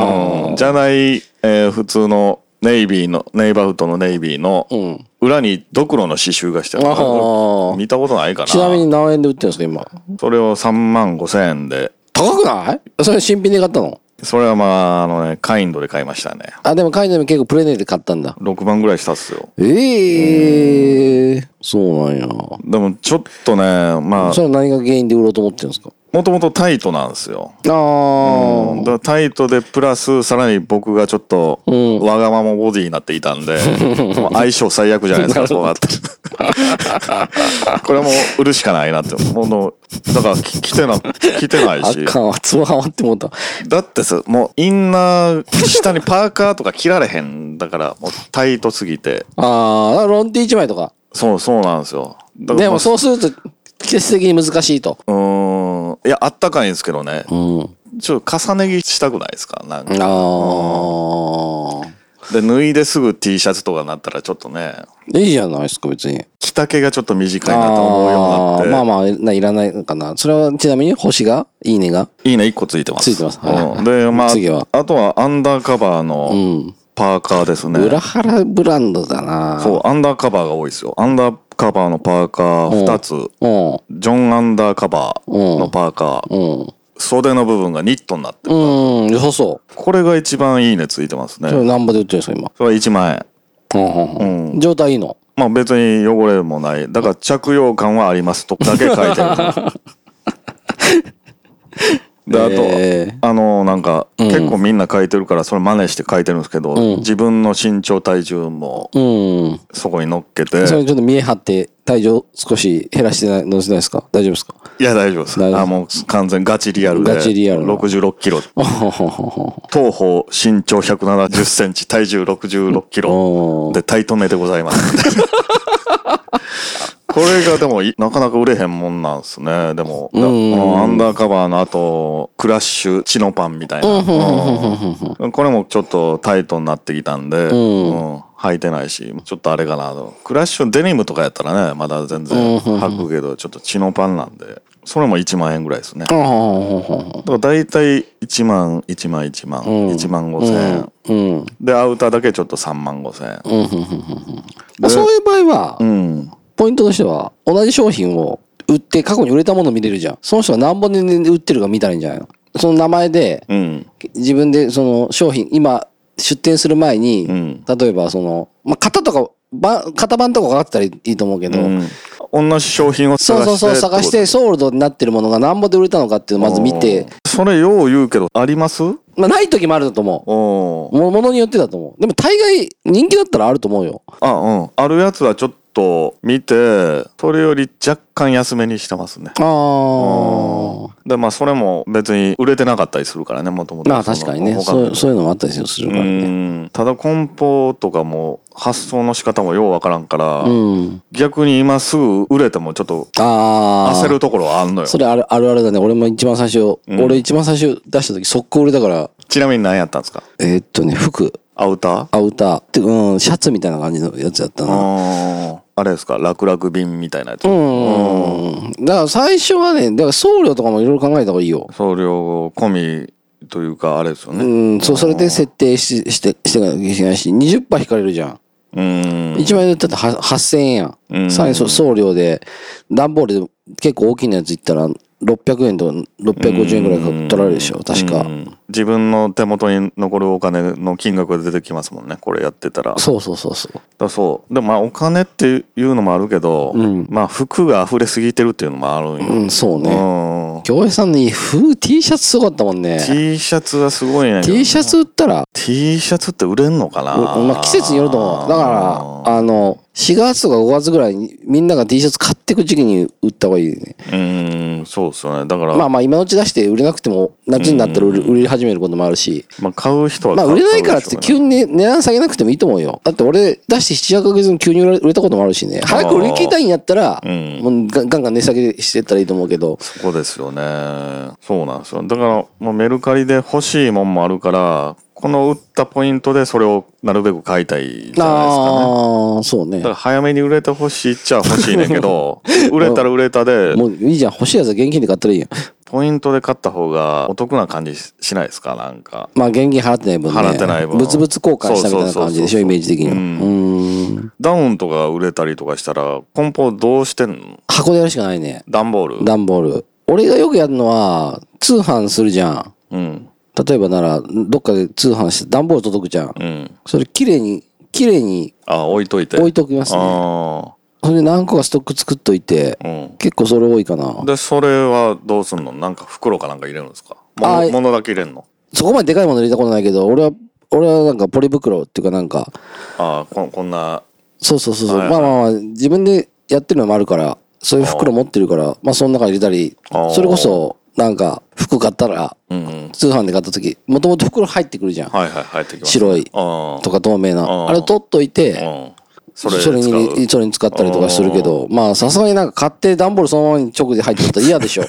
[SPEAKER 2] うんじゃない、えー普通のネイビーの、ネイバウトのネイビーの、
[SPEAKER 1] うん
[SPEAKER 2] 裏にドクロの刺繍がしてある
[SPEAKER 1] あー
[SPEAKER 2] 見たことないかな。
[SPEAKER 1] ちなみに何円で売ってるんですか、今。
[SPEAKER 2] それを3万5千円で。
[SPEAKER 1] 高くないそれ新品で買ったの
[SPEAKER 2] それはまあ、あのね、カインドで買いましたね。
[SPEAKER 1] あ、でも買いでも結構プレネで買ったんだ。
[SPEAKER 2] 6万ぐらいしたっすよ。
[SPEAKER 1] ええそうなんや。
[SPEAKER 2] でも、ちょっとね、まあ
[SPEAKER 1] そ、れは何が原因で売ろうと思ってるんですか
[SPEAKER 2] もともとタイトなんですよ。
[SPEAKER 1] ああ、
[SPEAKER 2] だからタイトでプラスさらに僕がちょっとわがままボディになってい
[SPEAKER 1] *laughs*
[SPEAKER 2] たんで、もう相性最悪じゃないですかそうなってこれはもう売るしかないなってもうのだからき着てな着てない
[SPEAKER 1] あ
[SPEAKER 2] し
[SPEAKER 1] かんわ、つまはまってもうた。
[SPEAKER 2] だってさもうインナー下にパーカーとか着られへんだからもうタイトすぎて
[SPEAKER 1] ああ、ロンティ1枚とか。
[SPEAKER 2] そうそうなんですよだから
[SPEAKER 1] で
[SPEAKER 2] まあ
[SPEAKER 1] もそうすると、季節的に難しいと。
[SPEAKER 2] うーんいやあったかいんですけどね
[SPEAKER 1] うん。
[SPEAKER 2] ちょっと重ね着したくないですかなんか
[SPEAKER 1] ああ。
[SPEAKER 2] で脱いですぐ T シャツとかになったらちょっとね
[SPEAKER 1] いいじゃないですか、別に。
[SPEAKER 2] 着丈がちょっと短いなと思うようになっ
[SPEAKER 1] あ
[SPEAKER 2] て。
[SPEAKER 1] ーまあまあ、ないらないのかな。それはちなみに星がいいねが
[SPEAKER 2] いいね、一個ついてます。
[SPEAKER 1] ついてますはい
[SPEAKER 2] うんで、まあ、
[SPEAKER 1] 次は
[SPEAKER 2] あとはアンダーカバーのパーカーですね。
[SPEAKER 1] 裏腹ブランドだな
[SPEAKER 2] そう、アンダーカバーが多いですよ。アンダーカバーのパーカー2つ、
[SPEAKER 1] うん。
[SPEAKER 2] ジョン・アンダーカバーのパーカー、
[SPEAKER 1] うん。
[SPEAKER 2] 袖の部分がニットになってる、
[SPEAKER 1] うん、良さそ
[SPEAKER 2] これが一番いいねついてますね。
[SPEAKER 1] う。それ何ぼで売ってるんですか、今
[SPEAKER 2] それは1万円。。
[SPEAKER 1] うんうんうん状態いいの
[SPEAKER 2] まあ別に汚れもない。だから着用感はありますとだけ書いてあ
[SPEAKER 1] *laughs*
[SPEAKER 2] る。で、あと、
[SPEAKER 1] え
[SPEAKER 2] あの、なんか、結構みんな書いてるから、それ真似して書いてるんですけど、自分の身長体重も
[SPEAKER 1] ーうん。
[SPEAKER 2] そこに乗っけて、
[SPEAKER 1] それちょっと見え張って、体重少し減らしてない、乗せないですか大丈夫ですか
[SPEAKER 2] いや大丈夫です。
[SPEAKER 1] 大丈夫
[SPEAKER 2] あ、もう完全ガチリアルで、
[SPEAKER 1] ガチリアルな
[SPEAKER 2] 66キロ。東方身長170センチ、体重66キロ
[SPEAKER 1] お。ー
[SPEAKER 2] で、タイトめでござい *laughs* ます。これがでもい、なかなか売れへんもんなんですね。でも、このアンダーカバーの後、クラッシュ、チノパンみたいな。うんこれもちょっとタイトになってきたんで、うん履いてないし、ちょっとあれかなと。クラッシュ、デニムとかやったらね、まだ全然履くけど、ちょっとチノパンなんで、それも1万円ぐらいですね。だから大体1万1万1万、1万5千円、でアウターだけちょっと3万5千円
[SPEAKER 1] まあそういう場合は、
[SPEAKER 2] うん、
[SPEAKER 1] ポイントとしては、同じ商品を売って、過去に売れたもの見れるじゃん。その人が何本で売ってるか見たらいいんじゃないのその名前で、
[SPEAKER 2] うん
[SPEAKER 1] 自分でその商品、今、出店する前に、
[SPEAKER 2] ん
[SPEAKER 1] 例えばその、まあ、型とか、ば型番とか分かってたらいいと思うけど、
[SPEAKER 2] うん、同じ商品を探
[SPEAKER 1] そう
[SPEAKER 2] して
[SPEAKER 1] そうそう、探して、ソールドになってるものが何本で売れたのかっていうのをまず見て、
[SPEAKER 2] それよう言うけどありますお
[SPEAKER 1] まあ、ない時もあると思う。
[SPEAKER 2] おー
[SPEAKER 1] もものによってだと思う。でも大概、人気だったらあると思うよ。
[SPEAKER 2] あうんあるやつはちょっと見てそれより若干安めにしてますね
[SPEAKER 1] あ
[SPEAKER 2] でまあそれも別に売れてなかったりするからねもともと
[SPEAKER 1] まあ確かにねそう、そういうのもあったりするからね。
[SPEAKER 2] うんただ梱包とかも発送の仕方もようわからんから、
[SPEAKER 1] うん。
[SPEAKER 2] 逆に今すぐ売れてもちょっと
[SPEAKER 1] ああ。
[SPEAKER 2] 焦るところはあんのよ
[SPEAKER 1] それあるあるあるだね。俺も一番最初、俺一番最初出した時、速攻売れたから、
[SPEAKER 2] ちなみに何やったんですか
[SPEAKER 1] えーっとね、服、
[SPEAKER 2] アウター
[SPEAKER 1] アウターって、うん、シャツみたいな感じのやつだったな。
[SPEAKER 2] あーあれですか楽々便みたいなやつ、
[SPEAKER 1] うん。だから最初はね、だから送料とかもいろいろ考えた方がいいよ。
[SPEAKER 2] 送料込みというかあれですよ
[SPEAKER 1] う
[SPEAKER 2] ね
[SPEAKER 1] ん、そう、それで設定しして、してかなきゃいけないし、20%引かれるじゃん。
[SPEAKER 2] うん
[SPEAKER 1] 一枚でだっては8000円や
[SPEAKER 2] うん
[SPEAKER 1] ん。さらにそ送料で、段ボールで結構大きなやついったら、600円と650円ぐらいか取られるでしょ、確か
[SPEAKER 2] う。ん自分の手元に残るお金の金額が出てきますもんねこれやってたら
[SPEAKER 1] そうそうそうそう。
[SPEAKER 2] だそうでもまあお金っていうのもあるけど、まあ服が溢れすぎてるっていうのもあるんよ、
[SPEAKER 1] うん、そうね。
[SPEAKER 2] うん
[SPEAKER 1] 京平さんの風 T シャツすごかったもんね。
[SPEAKER 2] T シャツはすごいね
[SPEAKER 1] T シャツ売ったら、
[SPEAKER 2] T シャツって売れんのかな
[SPEAKER 1] おまあ、季節によると思う。だから、あの、4月とか5月ぐらいにみんなが T シャツ買ってく時期に売った方がいいね。
[SPEAKER 2] うーんそうっすよねだから、
[SPEAKER 1] ま
[SPEAKER 2] ま
[SPEAKER 1] あ
[SPEAKER 2] あ
[SPEAKER 1] まあ今のうち出して売れなくても夏になったら売る売り始めることもあるし。
[SPEAKER 2] 買う人は
[SPEAKER 1] ま
[SPEAKER 2] 買
[SPEAKER 1] あ
[SPEAKER 2] う
[SPEAKER 1] 売れないからって
[SPEAKER 2] 買うでしょうね
[SPEAKER 1] 急にね値段下げなくてもいいと思うよ。だって俺出して7、8ヶ月に急に売ら売れたこともあるしね。早く売り切りたいんやったら、
[SPEAKER 2] うん
[SPEAKER 1] もうガンガンガン値下げしてったらいいと思うけど。
[SPEAKER 2] そこですよねそうなんですよだから、まあ、メルカリで欲しいもんもあるからこの売ったポイントでそれをなるべく買いたいじゃないです
[SPEAKER 1] あ
[SPEAKER 2] かね
[SPEAKER 1] あー、そうね
[SPEAKER 2] だか。ら早めに売れてほしいっちゃ欲しいねん
[SPEAKER 1] *laughs*
[SPEAKER 2] けど売れたら売れたで
[SPEAKER 1] もういいじゃん。欲しいやつは現金で買ったらいいやん。
[SPEAKER 2] ポイントで買った方がお得な感じししないですかなんか
[SPEAKER 1] まあ現金払ってない分ね。
[SPEAKER 2] 払ってない分
[SPEAKER 1] 物々交換したみたいな感じでし
[SPEAKER 2] そうそうそうそ
[SPEAKER 1] ょ、
[SPEAKER 2] う
[SPEAKER 1] イメージ的には。
[SPEAKER 2] う
[SPEAKER 1] うんーん。
[SPEAKER 2] ダウンとか売れたりとかしたら梱包どうしてんの
[SPEAKER 1] 箱でやるしかないね。
[SPEAKER 2] 段ボール
[SPEAKER 1] 段ボール。俺がよくやるのは、通販するじゃん。
[SPEAKER 2] うん
[SPEAKER 1] 例えばなら、どっかで通販して段ボール届くじゃん。
[SPEAKER 2] うん
[SPEAKER 1] それ綺麗に、綺麗に
[SPEAKER 2] あ置いといて
[SPEAKER 1] 置いときますね。
[SPEAKER 2] あ
[SPEAKER 1] それで何個かストック作っといて、
[SPEAKER 2] あうん
[SPEAKER 1] 結構それ多いかな。
[SPEAKER 2] でそれはどうすんのなんか袋かなんか入れるんですか
[SPEAKER 1] あ
[SPEAKER 2] も
[SPEAKER 1] い
[SPEAKER 2] 物だけ入れんの
[SPEAKER 1] そこまででかいもの入れたことないけど、俺は、俺はなんかポリ袋っていうかなんか、
[SPEAKER 2] ああここんな
[SPEAKER 1] そうそうそうそう、
[SPEAKER 2] はい
[SPEAKER 1] まあまあまあ、自分でやってるのもあるから、そういう袋持ってるから、まあその中に入れたり
[SPEAKER 2] あー、
[SPEAKER 1] それこそ、なんか、服買ったら、
[SPEAKER 2] うんうん
[SPEAKER 1] 通販で買った時、もともと袋入ってくるじゃん。
[SPEAKER 2] はいはい入ってきます
[SPEAKER 1] 白い
[SPEAKER 2] ああ
[SPEAKER 1] とか透明な。
[SPEAKER 2] あー
[SPEAKER 1] あれ取っとい
[SPEAKER 2] うん
[SPEAKER 1] て、
[SPEAKER 2] そ
[SPEAKER 1] そ
[SPEAKER 2] れ
[SPEAKER 1] れ
[SPEAKER 2] 使う
[SPEAKER 1] に、それに使ったりとかするけど、まあさすがになんか買って段ボールそのままに直で入ってたら嫌でし
[SPEAKER 2] *laughs*
[SPEAKER 1] ょ。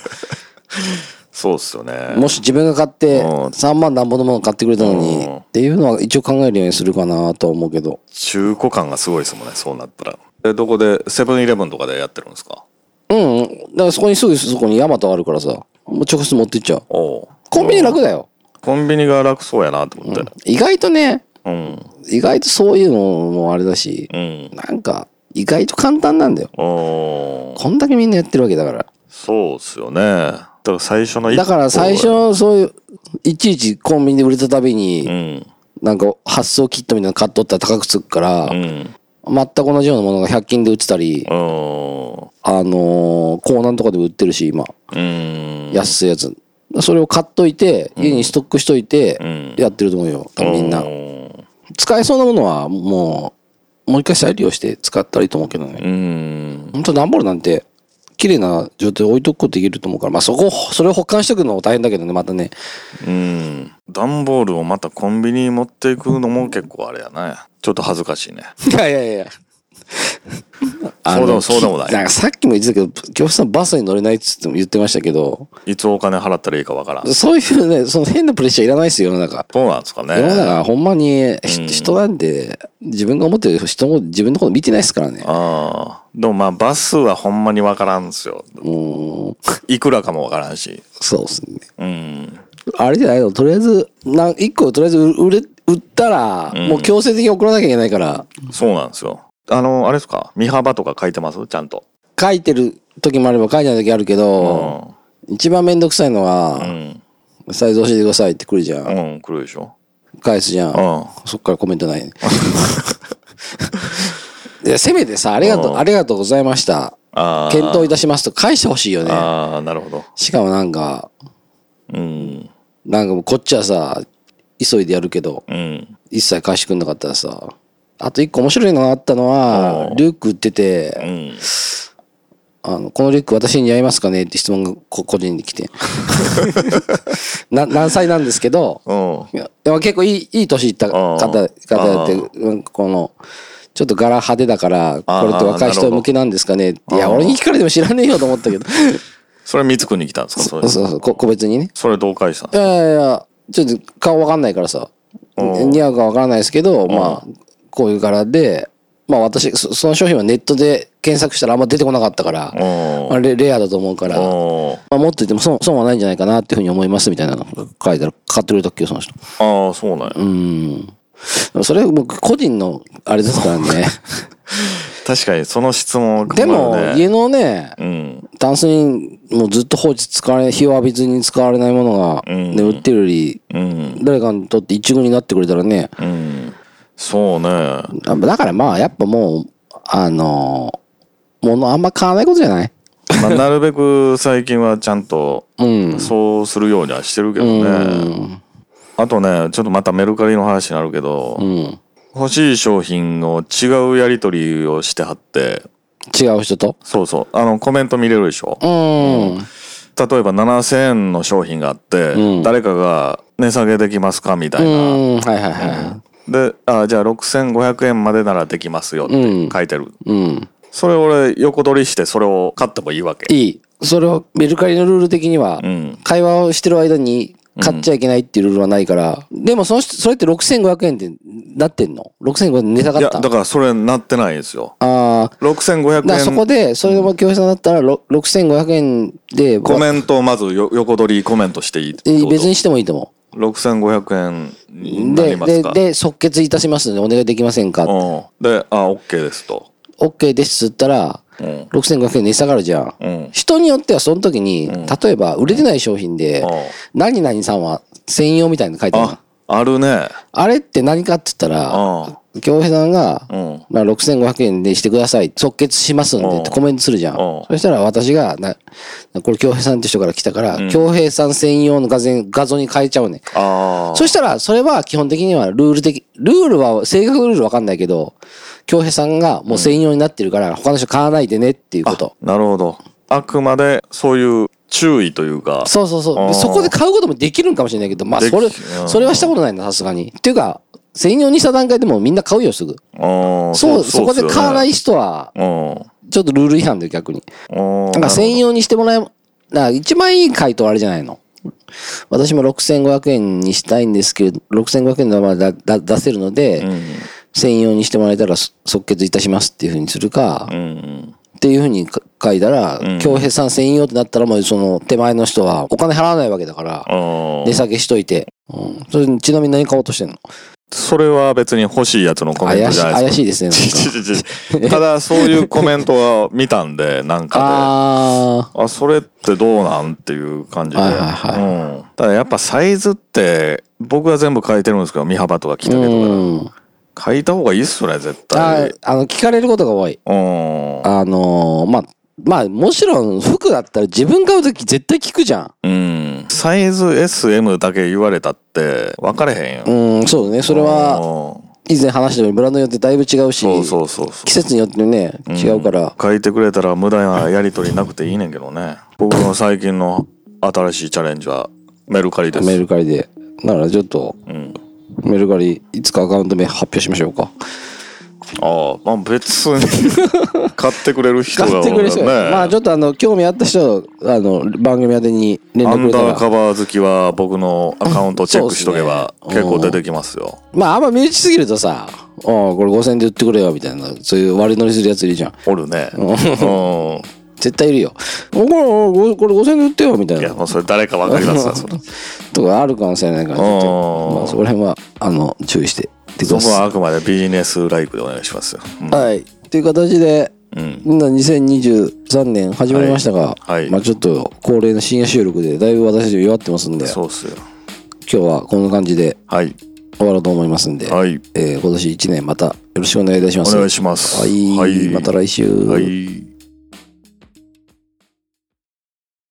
[SPEAKER 2] そうっすよね
[SPEAKER 1] もし自分が買って、
[SPEAKER 2] うん
[SPEAKER 1] 3万何本のもの買ってくれたのに、
[SPEAKER 2] うん
[SPEAKER 1] っていうのは一応考えるようにするかなとは思うけど。
[SPEAKER 2] 中古感がすごいですもんねそうなったらでどこでセブンイレブンとかでやってるんですか
[SPEAKER 1] うん、うん。だからそこにすぐそこにヤマトあるからさ、もう直接持ってっちゃう。
[SPEAKER 2] おおう
[SPEAKER 1] コンビニ楽だよ。
[SPEAKER 2] コンビニが楽そうやなと思って
[SPEAKER 1] 意外とね
[SPEAKER 2] うん
[SPEAKER 1] 意外とそういうのもあれだし
[SPEAKER 2] うん
[SPEAKER 1] なんか意外と簡単なんだよ。
[SPEAKER 2] おー
[SPEAKER 1] こんだけみんなやってるわけだから。
[SPEAKER 2] そうっすよね。だから最初の一歩
[SPEAKER 1] だから最初、そういう、いちいちコンビニで売れたたびに、
[SPEAKER 2] うん。
[SPEAKER 1] なんか発送キットみたいなの買っとったら高くつくから、
[SPEAKER 2] うん。
[SPEAKER 1] 全く同じようなものが100均で売ってたり、
[SPEAKER 2] うん。
[SPEAKER 1] あのー、コーナーとかでも売ってるし、今、
[SPEAKER 2] うん。
[SPEAKER 1] 安いやつ。それを買っといて、家にストックしといて
[SPEAKER 2] ん、
[SPEAKER 1] やってると思うよ、多分みんな
[SPEAKER 2] う。ん
[SPEAKER 1] 使えそうなものは、もう、もう一回再利用して使ったらいいと思うけどね。
[SPEAKER 2] うん。
[SPEAKER 1] ほんと段ボールなんて、綺麗な状態で置いとくことできると思うから、まあそこ、それを保管しておくのも大変だけどね、またね。
[SPEAKER 2] うん。段ボールをまたコンビニに持っていくのも結構あれやね。ちょっと恥ずかしいね。
[SPEAKER 1] いやいやい
[SPEAKER 2] *laughs*
[SPEAKER 1] や。あ
[SPEAKER 2] そうでも
[SPEAKER 1] の
[SPEAKER 2] そうでもない
[SPEAKER 1] きんかさっきも言ってたけど、教室さんバスに乗れないっつっても言ってましたけど、
[SPEAKER 2] いつお金払ったらいいかわからん。そ
[SPEAKER 1] そういうね、その変なプレッシャーいらないですよ、世の中。
[SPEAKER 2] うなんですかね。
[SPEAKER 1] 世の中ほんまにひ人なんて、自分が思ってる人も自分のこと見てないですからね。
[SPEAKER 2] ああ。でもまあバスはほんまにわからんですよ。
[SPEAKER 1] うん、
[SPEAKER 2] いくらかもわからんし。
[SPEAKER 1] そうですね。
[SPEAKER 2] うん。
[SPEAKER 1] あれじゃないのとりあえず、な一個とりあえず売れ、売ったら、もう強制的に送らなきゃいけないから、
[SPEAKER 2] そうなんですよ。あの、あれですか身幅とか書いてますちゃんと。
[SPEAKER 1] 書いてる時もあれば書いてない時あるけど、
[SPEAKER 2] う
[SPEAKER 1] 一番めんどくさいのは、
[SPEAKER 2] ん。
[SPEAKER 1] サイズ教えてくださいって来るじゃん。
[SPEAKER 2] うん、来るでしょ。
[SPEAKER 1] 返すじゃん。
[SPEAKER 2] うん。
[SPEAKER 1] そっからコメントないね。 *laughs* いや、せめてさ、ありがと
[SPEAKER 2] う
[SPEAKER 1] う、
[SPEAKER 2] ん
[SPEAKER 1] ありがとうございました。
[SPEAKER 2] ああ。
[SPEAKER 1] 検討いたしますと返してほしいよね。
[SPEAKER 2] ああ、なるほど。
[SPEAKER 1] しかもなんか、
[SPEAKER 2] うん。
[SPEAKER 1] なんかもうこっちはさ、急いでやるけど、
[SPEAKER 2] うん。
[SPEAKER 1] 一切返してくんなかったらさ。あと一個面白いのがあったのは
[SPEAKER 2] うん、
[SPEAKER 1] リュック売って
[SPEAKER 2] う
[SPEAKER 1] て、
[SPEAKER 2] ん。
[SPEAKER 1] あの、このリュック私に似合いますかねって質問がこ個人に
[SPEAKER 2] *laughs*
[SPEAKER 1] 来て。な何歳なんですけど、
[SPEAKER 2] うん。
[SPEAKER 1] いやでも結構いい、いい年いった
[SPEAKER 2] あ
[SPEAKER 1] 方、
[SPEAKER 2] あ
[SPEAKER 1] 方やって、うんこの、ちょっと柄派手だから、
[SPEAKER 2] ああ
[SPEAKER 1] これって若い
[SPEAKER 2] なるほ
[SPEAKER 1] 人
[SPEAKER 2] ど
[SPEAKER 1] 向けなんですかねって。い
[SPEAKER 2] ああ
[SPEAKER 1] や、俺に聞かれても知らねえよと思ったけど。
[SPEAKER 2] それ、三つくに来たんですかそ
[SPEAKER 1] そう
[SPEAKER 2] れ。
[SPEAKER 1] そう、こ個別にね。
[SPEAKER 2] それ、どう返したん
[SPEAKER 1] い
[SPEAKER 2] です
[SPEAKER 1] やいやいや、ちょっと顔わかんないからさ、
[SPEAKER 2] ああ
[SPEAKER 1] 似合うかわからないですけど、まあ、こういう柄で、まあ私、そその商品はネットで検索したらあんま出てこなかったから
[SPEAKER 2] か、うん。
[SPEAKER 1] まあレレアだと思うから、ま
[SPEAKER 2] うん
[SPEAKER 1] あ持ってても損損はないんじゃないかなっていうふうに思いますみたいなの書いたら買ってくれたっけよ、その人。
[SPEAKER 2] ああ、そうなんや。
[SPEAKER 1] うん。それ僕個人のあれですから
[SPEAKER 2] *laughs*
[SPEAKER 1] ね。
[SPEAKER 2] 確かに、その質問は困
[SPEAKER 1] で
[SPEAKER 2] るね
[SPEAKER 1] も、家のね、
[SPEAKER 2] うん。
[SPEAKER 1] タンスにもうずっと放置使われ、日を浴びずに使われないものが、
[SPEAKER 2] うん
[SPEAKER 1] ね、売ってるより、
[SPEAKER 2] うん。
[SPEAKER 1] 誰かにとって一軍になってくれたらね、
[SPEAKER 2] うん。そうね。
[SPEAKER 1] あだからまあ、やっぱもう、あのー、物あんま買わないことじゃない *laughs*
[SPEAKER 2] まあ、なるべく最近はちゃんと、
[SPEAKER 1] うん。
[SPEAKER 2] そうするようにはしてるけど
[SPEAKER 1] う
[SPEAKER 2] ね。
[SPEAKER 1] ん。
[SPEAKER 2] あとね、ちょっとまたメルカリの話になるけど
[SPEAKER 1] う、ん。
[SPEAKER 2] 欲しい商品の違うやり取りをしてはって、
[SPEAKER 1] 違う人と
[SPEAKER 2] そうそう、あの、コメント見れるでしょ。
[SPEAKER 1] うん。
[SPEAKER 2] 例えば7000円の商品があって、
[SPEAKER 1] うん
[SPEAKER 2] 誰かが値下げできますかみた
[SPEAKER 1] う
[SPEAKER 2] いな。
[SPEAKER 1] ん。はいはいは
[SPEAKER 2] で、あ、じゃあ6500円までならできますよって書いてる。
[SPEAKER 1] い。うん。
[SPEAKER 2] それ俺横取りしてそれを買ってもいいわけ。
[SPEAKER 1] いい。それをメルカリのルール的には、
[SPEAKER 2] うん。
[SPEAKER 1] 会話をしてる間に買っちゃいけないっていうルールはないから、でもその人、それって6500円ってなってんの ?6500 円値下
[SPEAKER 2] い
[SPEAKER 1] が
[SPEAKER 2] や、
[SPEAKER 1] った
[SPEAKER 2] だからそれなってないんですよ。
[SPEAKER 1] ああ、だからそ
[SPEAKER 2] 6500
[SPEAKER 1] こ
[SPEAKER 2] 円。
[SPEAKER 1] で、それも教室さんだったら、ろ6500円で、
[SPEAKER 2] コ
[SPEAKER 1] まあ
[SPEAKER 2] メントをまずよ横取りコメントしていいって
[SPEAKER 1] え
[SPEAKER 2] こと
[SPEAKER 1] ー別にしてもいいと思
[SPEAKER 2] 6500円に
[SPEAKER 1] う。
[SPEAKER 2] なり
[SPEAKER 1] で、
[SPEAKER 2] ます
[SPEAKER 1] で、
[SPEAKER 2] か
[SPEAKER 1] で、即決いたしますので、お願いできませんか
[SPEAKER 2] うん、で、あ、OK ですと。
[SPEAKER 1] ?OK ですっつったら、
[SPEAKER 2] うん。
[SPEAKER 1] 6500円値下がるじゃん。
[SPEAKER 2] うん。
[SPEAKER 1] 人によってはその時に、例えば売れてない商品で、何々さんは専用みたいなの書いてあるの
[SPEAKER 2] あ、あるね。
[SPEAKER 1] あれって何かって言ったら、
[SPEAKER 2] う
[SPEAKER 1] 京平さんが、
[SPEAKER 2] ん。うん。
[SPEAKER 1] まあ、6500円でしてください。即決しますん
[SPEAKER 2] う
[SPEAKER 1] で
[SPEAKER 2] ん
[SPEAKER 1] ってコメントするじゃん。
[SPEAKER 2] うん
[SPEAKER 1] そしたら私が、なこれ京平さんって人から来たから、京平さん専用の画像画像に変えちゃうね。
[SPEAKER 2] ああ。
[SPEAKER 1] そしたら、それは基本的にはルール的、ルールは、正確ルールわかんないけど、京平さんがもう専用になってるから、他の人買わないでねっていうこと。
[SPEAKER 2] なるほど。あくまでそういう注意というか、
[SPEAKER 1] そうそうそう。
[SPEAKER 2] あー
[SPEAKER 1] でそこで買うこともできるんかもしれないけど、まあ、
[SPEAKER 2] でき
[SPEAKER 1] それ、
[SPEAKER 2] うん
[SPEAKER 1] それはしたことないな、さすがに。っていうか、専用にした段階でもうみんな買うよ、すぐ。
[SPEAKER 2] うん
[SPEAKER 1] そう、そこで買わな。い人は、
[SPEAKER 2] そうっすよね
[SPEAKER 1] ちょっとルール違反だよ、逆に。
[SPEAKER 2] うん。うん
[SPEAKER 1] なんか専用にしてもらえ、だから一番いい回答あれじゃないの。私も6500円にしたいんですけれど、6500円のままだだ出せるので、専用にしてもらえたらそ即決いたしますっていうふうにするか、
[SPEAKER 2] うんうん。
[SPEAKER 1] っていうふうにか書いたら、京平さん専用ってなったらもうその手前の人はお金払わないわけだから、
[SPEAKER 2] うん。
[SPEAKER 1] 値下げしといて。うん。それちなみに何買おうとしてんの
[SPEAKER 2] それは別に欲しいやつのコメント
[SPEAKER 1] 怪し
[SPEAKER 2] じ
[SPEAKER 1] い
[SPEAKER 2] ゃな
[SPEAKER 1] 怪
[SPEAKER 2] いですか。
[SPEAKER 1] しいですねなん
[SPEAKER 2] *laughs*
[SPEAKER 1] か
[SPEAKER 2] ちちちただそういうコメントは見た
[SPEAKER 1] *laughs*
[SPEAKER 2] んで、なんか
[SPEAKER 1] あ
[SPEAKER 2] で、あ、それってどうなんっていう感じで。
[SPEAKER 1] はいはいは
[SPEAKER 2] うん。ただやっぱサイズって、僕は全部書いてるんですけど、身幅とか着
[SPEAKER 1] あ
[SPEAKER 2] 丈と
[SPEAKER 1] うん
[SPEAKER 2] か。書いた方がいいっすね、絶
[SPEAKER 1] あ
[SPEAKER 2] 対。
[SPEAKER 1] あの聞かれることが多い
[SPEAKER 2] うん。
[SPEAKER 1] あのーまあまあもちろん服だったら自分買う時絶対聞くじゃん
[SPEAKER 2] うん。サイズ SM だけ言われたって、分かれへんよ。
[SPEAKER 1] うんそうねそれは
[SPEAKER 2] うん
[SPEAKER 1] 以前話したようにブランドによってだいぶ違うし
[SPEAKER 2] そうそうそうそう
[SPEAKER 1] 季。節によってね違うから、
[SPEAKER 2] 書いてくれたら無駄なやりとりなくていいねんけどね僕の最近の新しいチャレンジはメルカリです
[SPEAKER 1] メルカリでならちょっと
[SPEAKER 2] うん、
[SPEAKER 1] メルカリいつかアカウント名発表しましょうか
[SPEAKER 2] ああまあ別に
[SPEAKER 1] *laughs*
[SPEAKER 2] 買ってくれる人
[SPEAKER 1] 買
[SPEAKER 2] が
[SPEAKER 1] ってくれる人
[SPEAKER 2] ね、
[SPEAKER 1] まあちょっとあの興味あった人あの番組宛てに連
[SPEAKER 2] ア
[SPEAKER 1] 絡
[SPEAKER 2] ン
[SPEAKER 1] くれた
[SPEAKER 2] ダー
[SPEAKER 1] ら
[SPEAKER 2] カバー好きは僕のアカウントチェックしとけば
[SPEAKER 1] そうっすね
[SPEAKER 2] 結構出てきますよ、
[SPEAKER 1] まああんま身内すぎるとさ「おうこれ5000円で売ってくれよ」みたいなそういう割り乗りするやついるじゃん
[SPEAKER 2] おるねう
[SPEAKER 1] 絶対いるよ「おこれおこれ5000円で売ってよ」みたい
[SPEAKER 2] んいや
[SPEAKER 1] な
[SPEAKER 2] もうそれ誰か分かりますわそれ
[SPEAKER 1] とかあるかもしれないから、
[SPEAKER 2] うん
[SPEAKER 1] ちょっとまあ、そこら辺はあの注意してってく
[SPEAKER 2] そ
[SPEAKER 1] だ
[SPEAKER 2] こ
[SPEAKER 1] さ
[SPEAKER 2] はあくまでビジネスライクでお願いしますよ、うん
[SPEAKER 1] いはいという形で
[SPEAKER 2] うん
[SPEAKER 1] みんな2023年始まりましたが、
[SPEAKER 2] はいはい
[SPEAKER 1] まあ、ちょっと恒例の深夜収録でだいぶ私たち弱ってますんで
[SPEAKER 2] そうっすよ
[SPEAKER 1] 今日はこんな感じで
[SPEAKER 2] はい
[SPEAKER 1] 終わろうと思いますんで、
[SPEAKER 2] はい
[SPEAKER 1] えー今年1年またよろしくお願いいたしま
[SPEAKER 2] お
[SPEAKER 1] す。
[SPEAKER 2] 願いします
[SPEAKER 1] はい、また来週。
[SPEAKER 2] はい